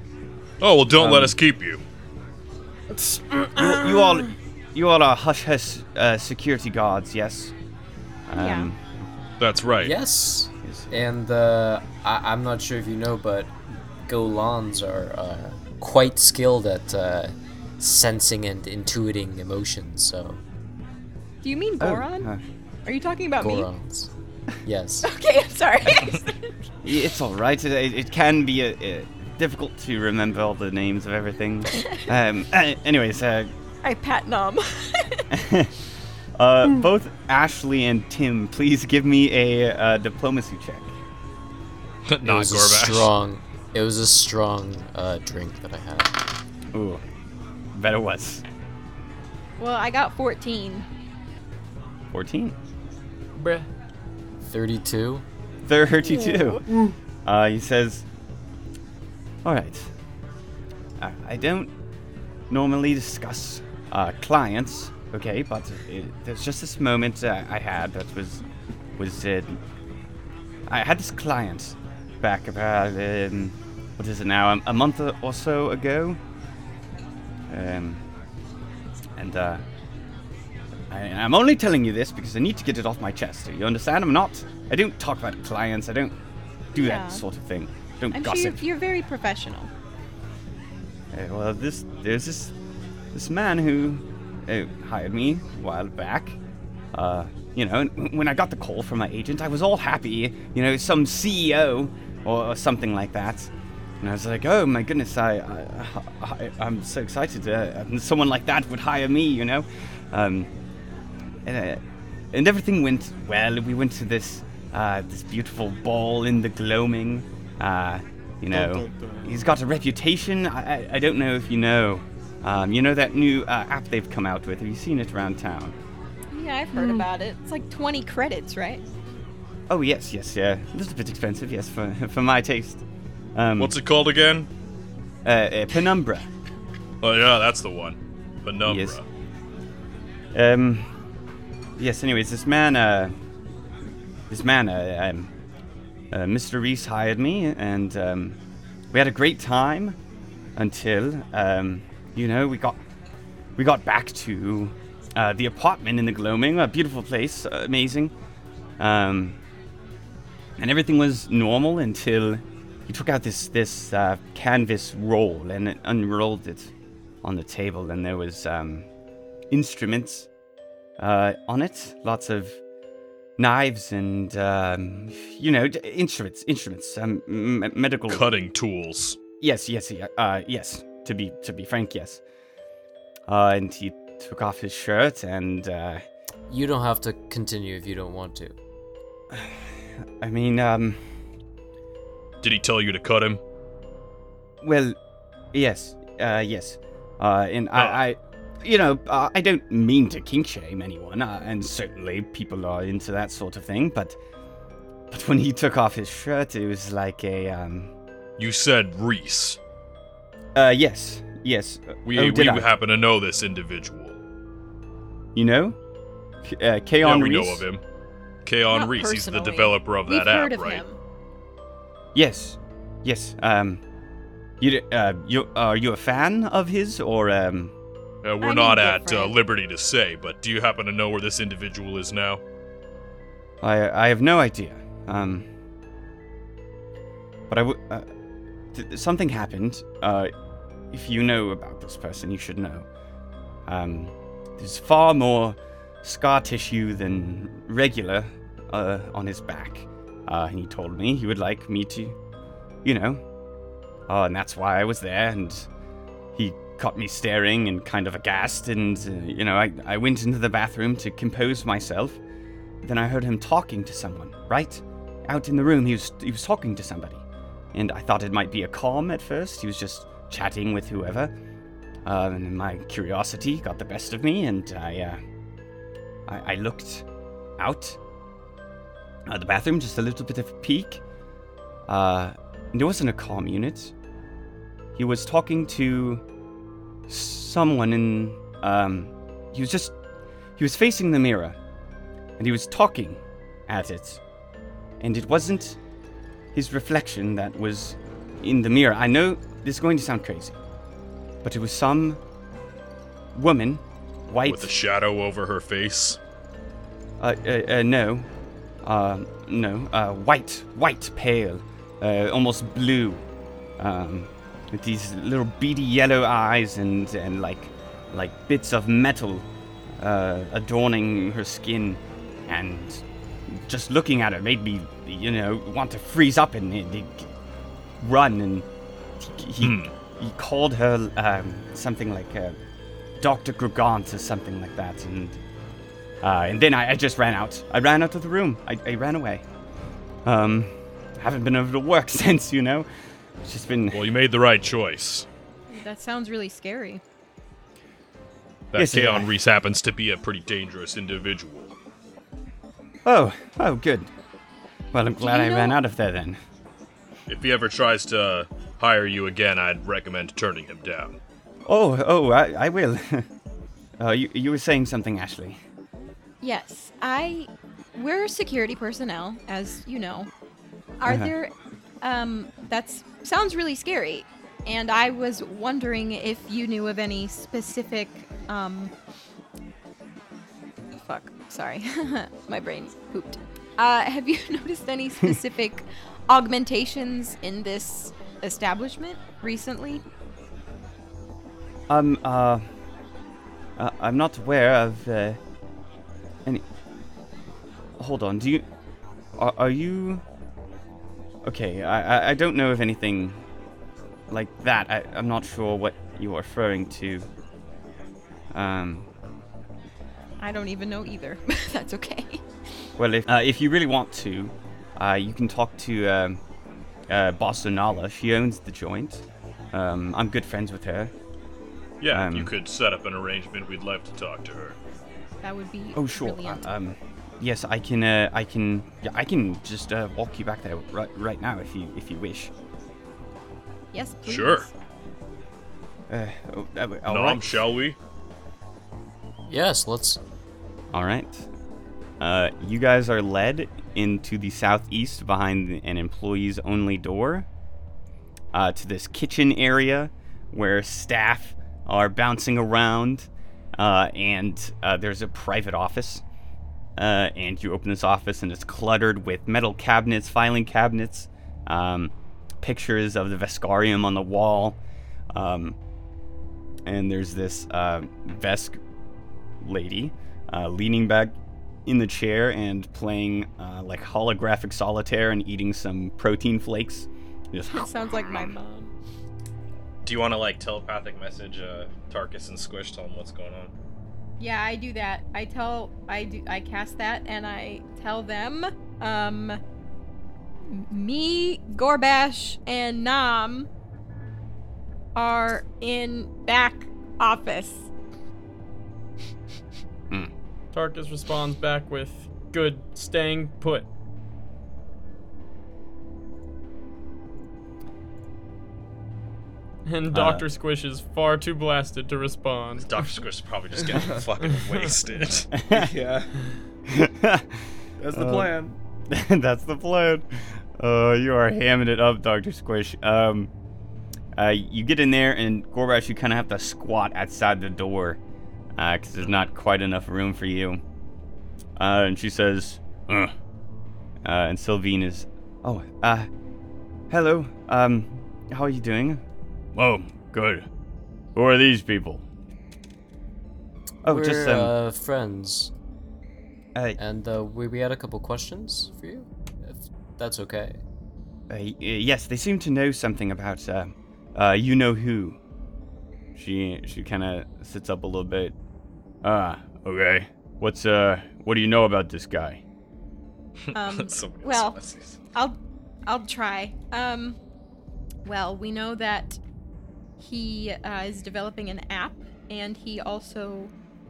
H: Oh well, don't let
A: Um,
H: us keep you.
A: You, you all, you all are hush hush uh, security guards, yes? Um,
F: Yeah.
H: That's right.
E: Yes.
A: Yes.
E: And uh, I- I'm not sure if you know, but Golans are uh, quite skilled at uh, sensing and intuiting emotions. So
F: Do you mean
A: Oh,
F: Goron?
A: uh,
F: Are you talking about me?
E: Gorons. Yes.
F: Okay, I'm sorry.
A: It's all right. It, it- it can be uh uh difficult to remember all the names of everything. um, uh, anyways, uh,
F: I pat nom.
A: uh, both Ashley and Tim, please give me a uh, diplomacy check.
H: Not
E: it was a
H: Gorbash.
E: strong. It was a strong uh, drink that I had.
A: Ooh, bet it was.
F: Well, I got 14.
A: 14.
C: Bruh.
E: Thirty-two.
A: 32. Uh, he says, All right. Uh, I don't normally discuss uh, clients, okay, but uh there's just this moment uh, I had that was. was uh, I had this client back about, um, what is it now, a, a month or so ago? Um, and uh, I, I'm only telling you this because I need to get it off my chest. You understand? I'm not. I don't talk about clients. I don't do
F: Yeah.
A: that sort of thing. Don't
F: I'm sure
A: gossip.
F: you're, you're very professional.
A: Uh, well, this there's this this man who uh, hired me a while back. Uh, you know, and when I got the call from my agent, I was all happy. You know, some CEO or, or something like that. And I was like, oh my goodness, I, I, I I'm so excited. Uh, and someone like that would hire me. You know, um, and, uh, and everything went well. We went to this uh, this beautiful ball in the gloaming. Uh, you know, he's got a reputation. I, I, I don't know if you know. Um, you know that new uh, app they've come out with. Have you seen it around town?
F: Yeah, I've heard about it. It's like 20 credits, right?
A: Oh yes, yes, yeah. A little bit expensive, yes, for for my taste. Um,
H: What's it called again?
A: uh, uh, Penumbra?
H: Oh yeah, that's the one. Penumbra.
A: Yes. Um, yes. Anyways, this man, uh, this man, uh, um, uh, Mr. Reese hired me, and um, we had a great time until, um, you know, we got we got back to uh, the apartment in the gloaming, a beautiful place, uh, amazing, um, and everything was normal until he took out this this uh, canvas roll and unrolled it on the table, and there was. Um, instruments uh, on it. Lots of knives and um, you know d- instruments, instruments, um, m- medical.
H: Cutting tools.
A: Yes, yes, yeah, uh, yes. To be to be frank, yes. Uh, and he took off his shirt, and uh,
E: You don't have to continue if you don't want to.
A: I mean, um,
H: Did he tell you to cut him?
A: well, yes, uh, yes, uh, and
H: Oh.
A: I. I you know, uh, I don't mean to kink shame anyone, uh, and certainly people are into that sort of thing. But, but when he took off his shirt, it was like a um,
H: You said Reese.
A: Uh, yes, yes. Uh,
H: We
A: oh,
H: we
A: did I?
H: happen to know this individual.
A: you know, K- uh, Kaon
H: yeah, we
A: Reese.
H: know of him. Kaon
F: Not
H: Reese. He's the
F: personally.
H: developer of
F: We've
H: that
F: heard
H: app,
F: of
H: right?
F: him.
A: Yes, yes. Um, you d- uh, you are you a fan of his or um?
H: Uh, we're
F: I'm
H: not at uh,
F: indifferent.
H: liberty to say, but do you happen to know where this individual is now?
A: I I have no idea. Um, but I would. Uh, th- something happened. Uh, if you know about this person, you should know. Um, there's far more scar tissue than regular uh, on his back. Uh, and he told me he would like me to, you know. Oh, and that's why I was there. And he caught me staring and kind of aghast. And, uh, you know, I, I went into the bathroom to compose myself. Then I heard him talking to someone, right? Out in the room, he was, he was talking to somebody. And I thought it might be a calm at first. He was just chatting with whoever. Uh, and my curiosity got the best of me, and I, uh, I, I looked out uh, the bathroom, just a little bit of a peek. Uh, and it wasn't a calm unit. He was talking to someone in. Um, he was just. He was facing the mirror, and he was talking at it. And it wasn't his reflection that was in the mirror. I know this is going to sound crazy, but it was some woman, white.
H: With a shadow over her face.
A: Uh, uh, uh no. Uh, no. Uh, white, white, pale, uh, almost blue. Um, with these little beady yellow eyes and, and like, like bits of metal uh, adorning her skin. And just looking at her made me, you know, want to freeze up and, and, and run. And he, he,
F: Hmm.
A: he called her um, something like uh, Dr. Grugant or something like that. And uh, and then I, I just ran out. I ran out of the room. I, I ran away. Um, haven't been able to work since, you know? It's just been.
H: Well, you made the right choice.
F: That sounds really scary.
H: That
A: Yes,
H: Kaon
A: yeah.
H: Reese happens to be a pretty dangerous individual.
A: Oh, oh, good. Well, I'm glad
F: you
A: I ran
F: know-
A: out of there then.
H: If he ever tries to hire you again, I'd recommend turning him down.
A: Oh, oh, I, I will. uh, you, you were saying something, Ashley.
F: Yes, I. We're security personnel, as you know. Are
A: Uh-huh.
F: there. Um, that's. Sounds really scary. And I was wondering if you knew of any specific. Um. Fuck. Sorry. My brain's pooped. Uh, have you noticed any specific augmentations in this establishment recently?
A: Um, uh, uh, I'm not aware of uh, any. Hold on. Do you? Are, are you? Okay. I, I I don't know of anything like that. I I'm not sure what you are referring to. Um.
F: I don't even know either. that's okay.
A: Well, if uh, if you really want to, uh, you can talk to um, uh, Bostonala. She owns the joint. Um, I'm good friends with her.
H: Yeah,
A: Um,
H: you could set up an arrangement. We'd love to talk to her.
F: That would be.
A: Oh sure. uh,
F: Brilliant.
A: Um, yes, I can. Uh, I can. Yeah, I can just uh, walk you back there right, right now if you if you wish.
F: yes, please.
H: Sure.
A: Uh, oh, that way- all
H: Nom,
A: right.
H: shall we?
E: Yes, let's.
A: All right. Uh, you guys are led into the southeast behind an employees only door uh, to this kitchen area where staff are bouncing around, uh, and uh, there's a private office. Uh, and you open this office, and it's cluttered with metal cabinets, filing cabinets, um, pictures of the Vescarium on the wall. Um, and there's this uh, Vesk lady uh, leaning back in the chair and playing uh, like holographic solitaire and eating some protein flakes. Just
F: That sounds like my mom.
I: Do you want to like telepathic message uh, Tarkus and Squish, tell him what's going on?
F: Yeah, I do that. I tell I do I cast that and I tell them um m- me, Gorbash and Nam are in back office.
C: Tarkus responds back with, "Good, staying put." And Doctor Squish is far too blasted to respond.
I: Doctor Squish is probably just getting fucking wasted.
J: yeah, that's the
A: Uh,
J: plan.
A: That's the plan. Uh, you are hamming it up, Doctor Squish. Um, uh, you get in there, and Gorbash, you kind of have to squat outside the door because there's not quite enough room for you. Uh, and she says, "Ugh." uh, and Sylvine is, oh, uh, hello. Um, how are you doing?
D: Oh, good. Who are these people?
A: Oh,
E: We're
A: just um,
E: uh, friends,
A: uh,
E: and uh, we we had a couple questions for you, if that's okay.
A: Uh, y- uh, yes, they seem to know something about uh, uh, you know who. She she kind of sits up a little bit.
D: Ah, okay. What's uh, what do you know about this guy?
F: Um
I: Someone
F: Well.
I: else messes.
F: I'll I'll try. Um well, we know that he uh, is developing an app and he also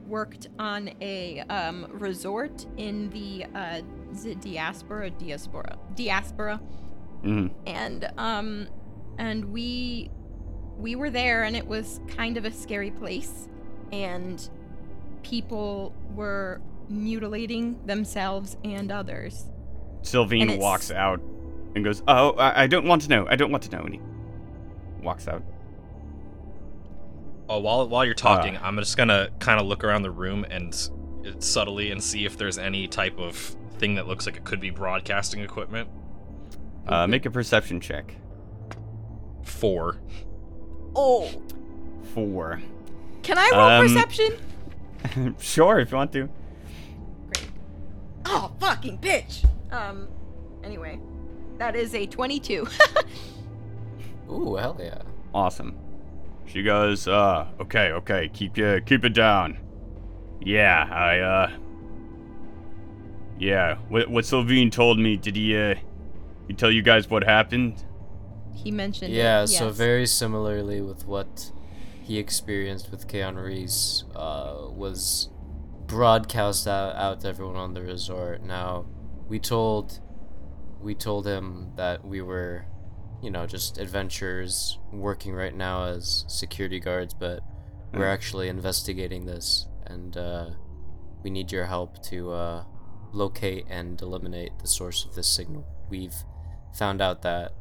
F: worked on a um, resort in the uh, is it diaspora diaspora diaspora
A: Mhm.
F: and um and we we were there and it was kind of a scary place and people were mutilating themselves and others And
A: Sylvine
F: it's-
A: walks out and goes, "Oh, I, I don't want to know. I don't want to know." And he walks out.
I: Oh, while while you're talking,
A: Ah.
I: I'm just gonna kind of look around the room and s- subtly and see if there's any type of thing that looks like it could be broadcasting equipment.
A: Uh, make a perception check.
I: Four.
F: oh
A: Four.
F: can i roll
A: Um,
F: perception
A: sure, if you want to.
F: Oh, fucking bitch. Um, anyway, that is a 22.
E: Ooh, hell yeah.
A: Awesome.
D: She goes, uh, okay, okay, keep uh, keep it down. Yeah, I uh, yeah. What what Sylvine told me? Did he uh,
A: He tell you guys what happened?
F: He mentioned. it,
E: Yeah, so
F: yes.
E: very similarly with what he experienced with Keanu Reeves uh, was broadcast out, out to everyone on the resort. Now, we told we told him that we were, you know, just adventurers working right now as security guards, but we're actually investigating this, and uh, we need your help to uh, locate and eliminate the source of this signal. We've found out that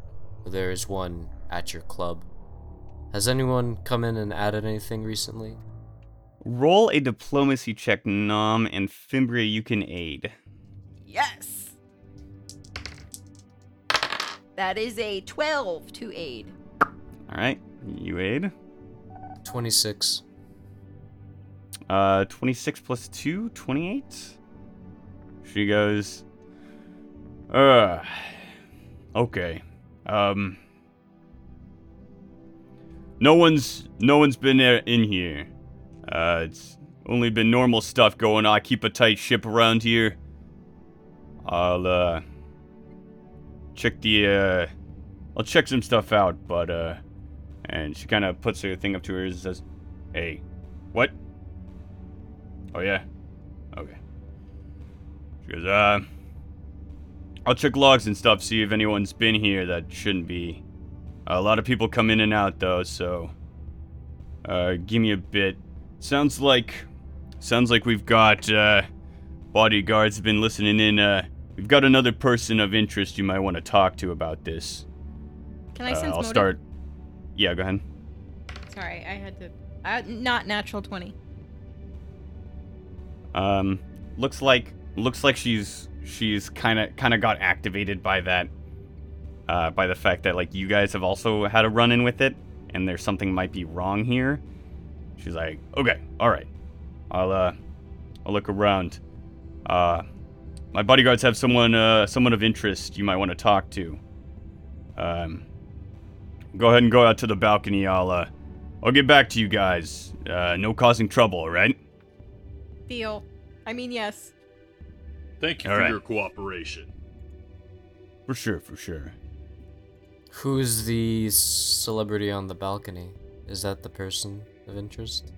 E: there is one at your club. Has anyone come in and added anything recently?
A: Roll a diplomacy check, Nom, and Fimbria, you can aid.
F: Yes. That is a 12 to aid.
A: All right, you aid.
E: 26.
A: Uh, 26 plus 2, 28. She goes, uh, okay. Um, no one's, no one's been i- in here. Uh, it's only been normal stuff going on. I keep a tight ship around here. I'll, uh, check the, uh, I'll check some stuff out, but, uh, and she kind of puts her thing up to her and says, hey, what? Oh yeah. Okay. She goes, uh I'll check logs and stuff, see if anyone's been here that shouldn't be. a lot of people come in and out though, so uh give me a bit. Sounds like sounds like we've got uh bodyguards have been listening in, uh we've got another person of interest you might want to talk to about this.
F: Can I
A: Uh,
F: sense
A: I'll
F: motive?
A: start Yeah, go ahead.
F: Sorry, I had to. Uh, not natural 20.
A: Um, looks like looks like she's she's kind of kind of got activated by that, uh, by the fact that like you guys have also had a run in with it, and there's something might be wrong here. She's like, okay, all right, I'll uh, I'll look around. Uh, my bodyguards have someone uh someone of interest you might want to talk to. Um, go ahead and go out to the balcony. I'll uh, I'll get back to you guys. Uh, no causing trouble, all right?
F: Deal. I mean, yes.
H: Thank you
A: All
H: for
A: right.
H: your cooperation.
A: For sure, for sure.
E: Who's the celebrity on the balcony? Is that the person of interest?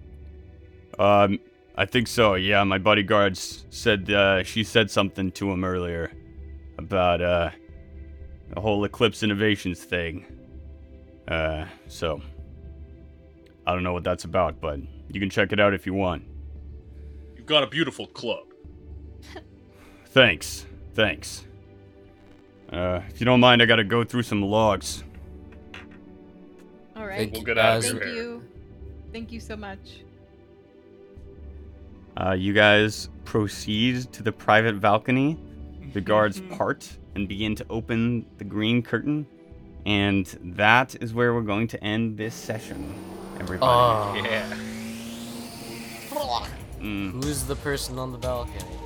A: Um, I think so. Yeah, my bodyguards said uh, she said something to him earlier about uh, the whole Eclipse Innovations thing. Uh, so I don't know what that's about, but you can check it out if you want.
H: You've got a beautiful club.
A: Thanks, thanks. Uh, if you don't mind, I gotta go through some logs.
F: All right.
E: Thank
H: We'll
E: you.
H: get out of
E: As-
F: Thank
H: here.
F: you. Thank you so much.
A: Uh, you guys proceed to the private balcony. The guards part and begin to open the green curtain. And that is where we're going to end this session, everybody.
E: Ah,
B: Yeah.
A: Mm.
E: who's the person on the balcony?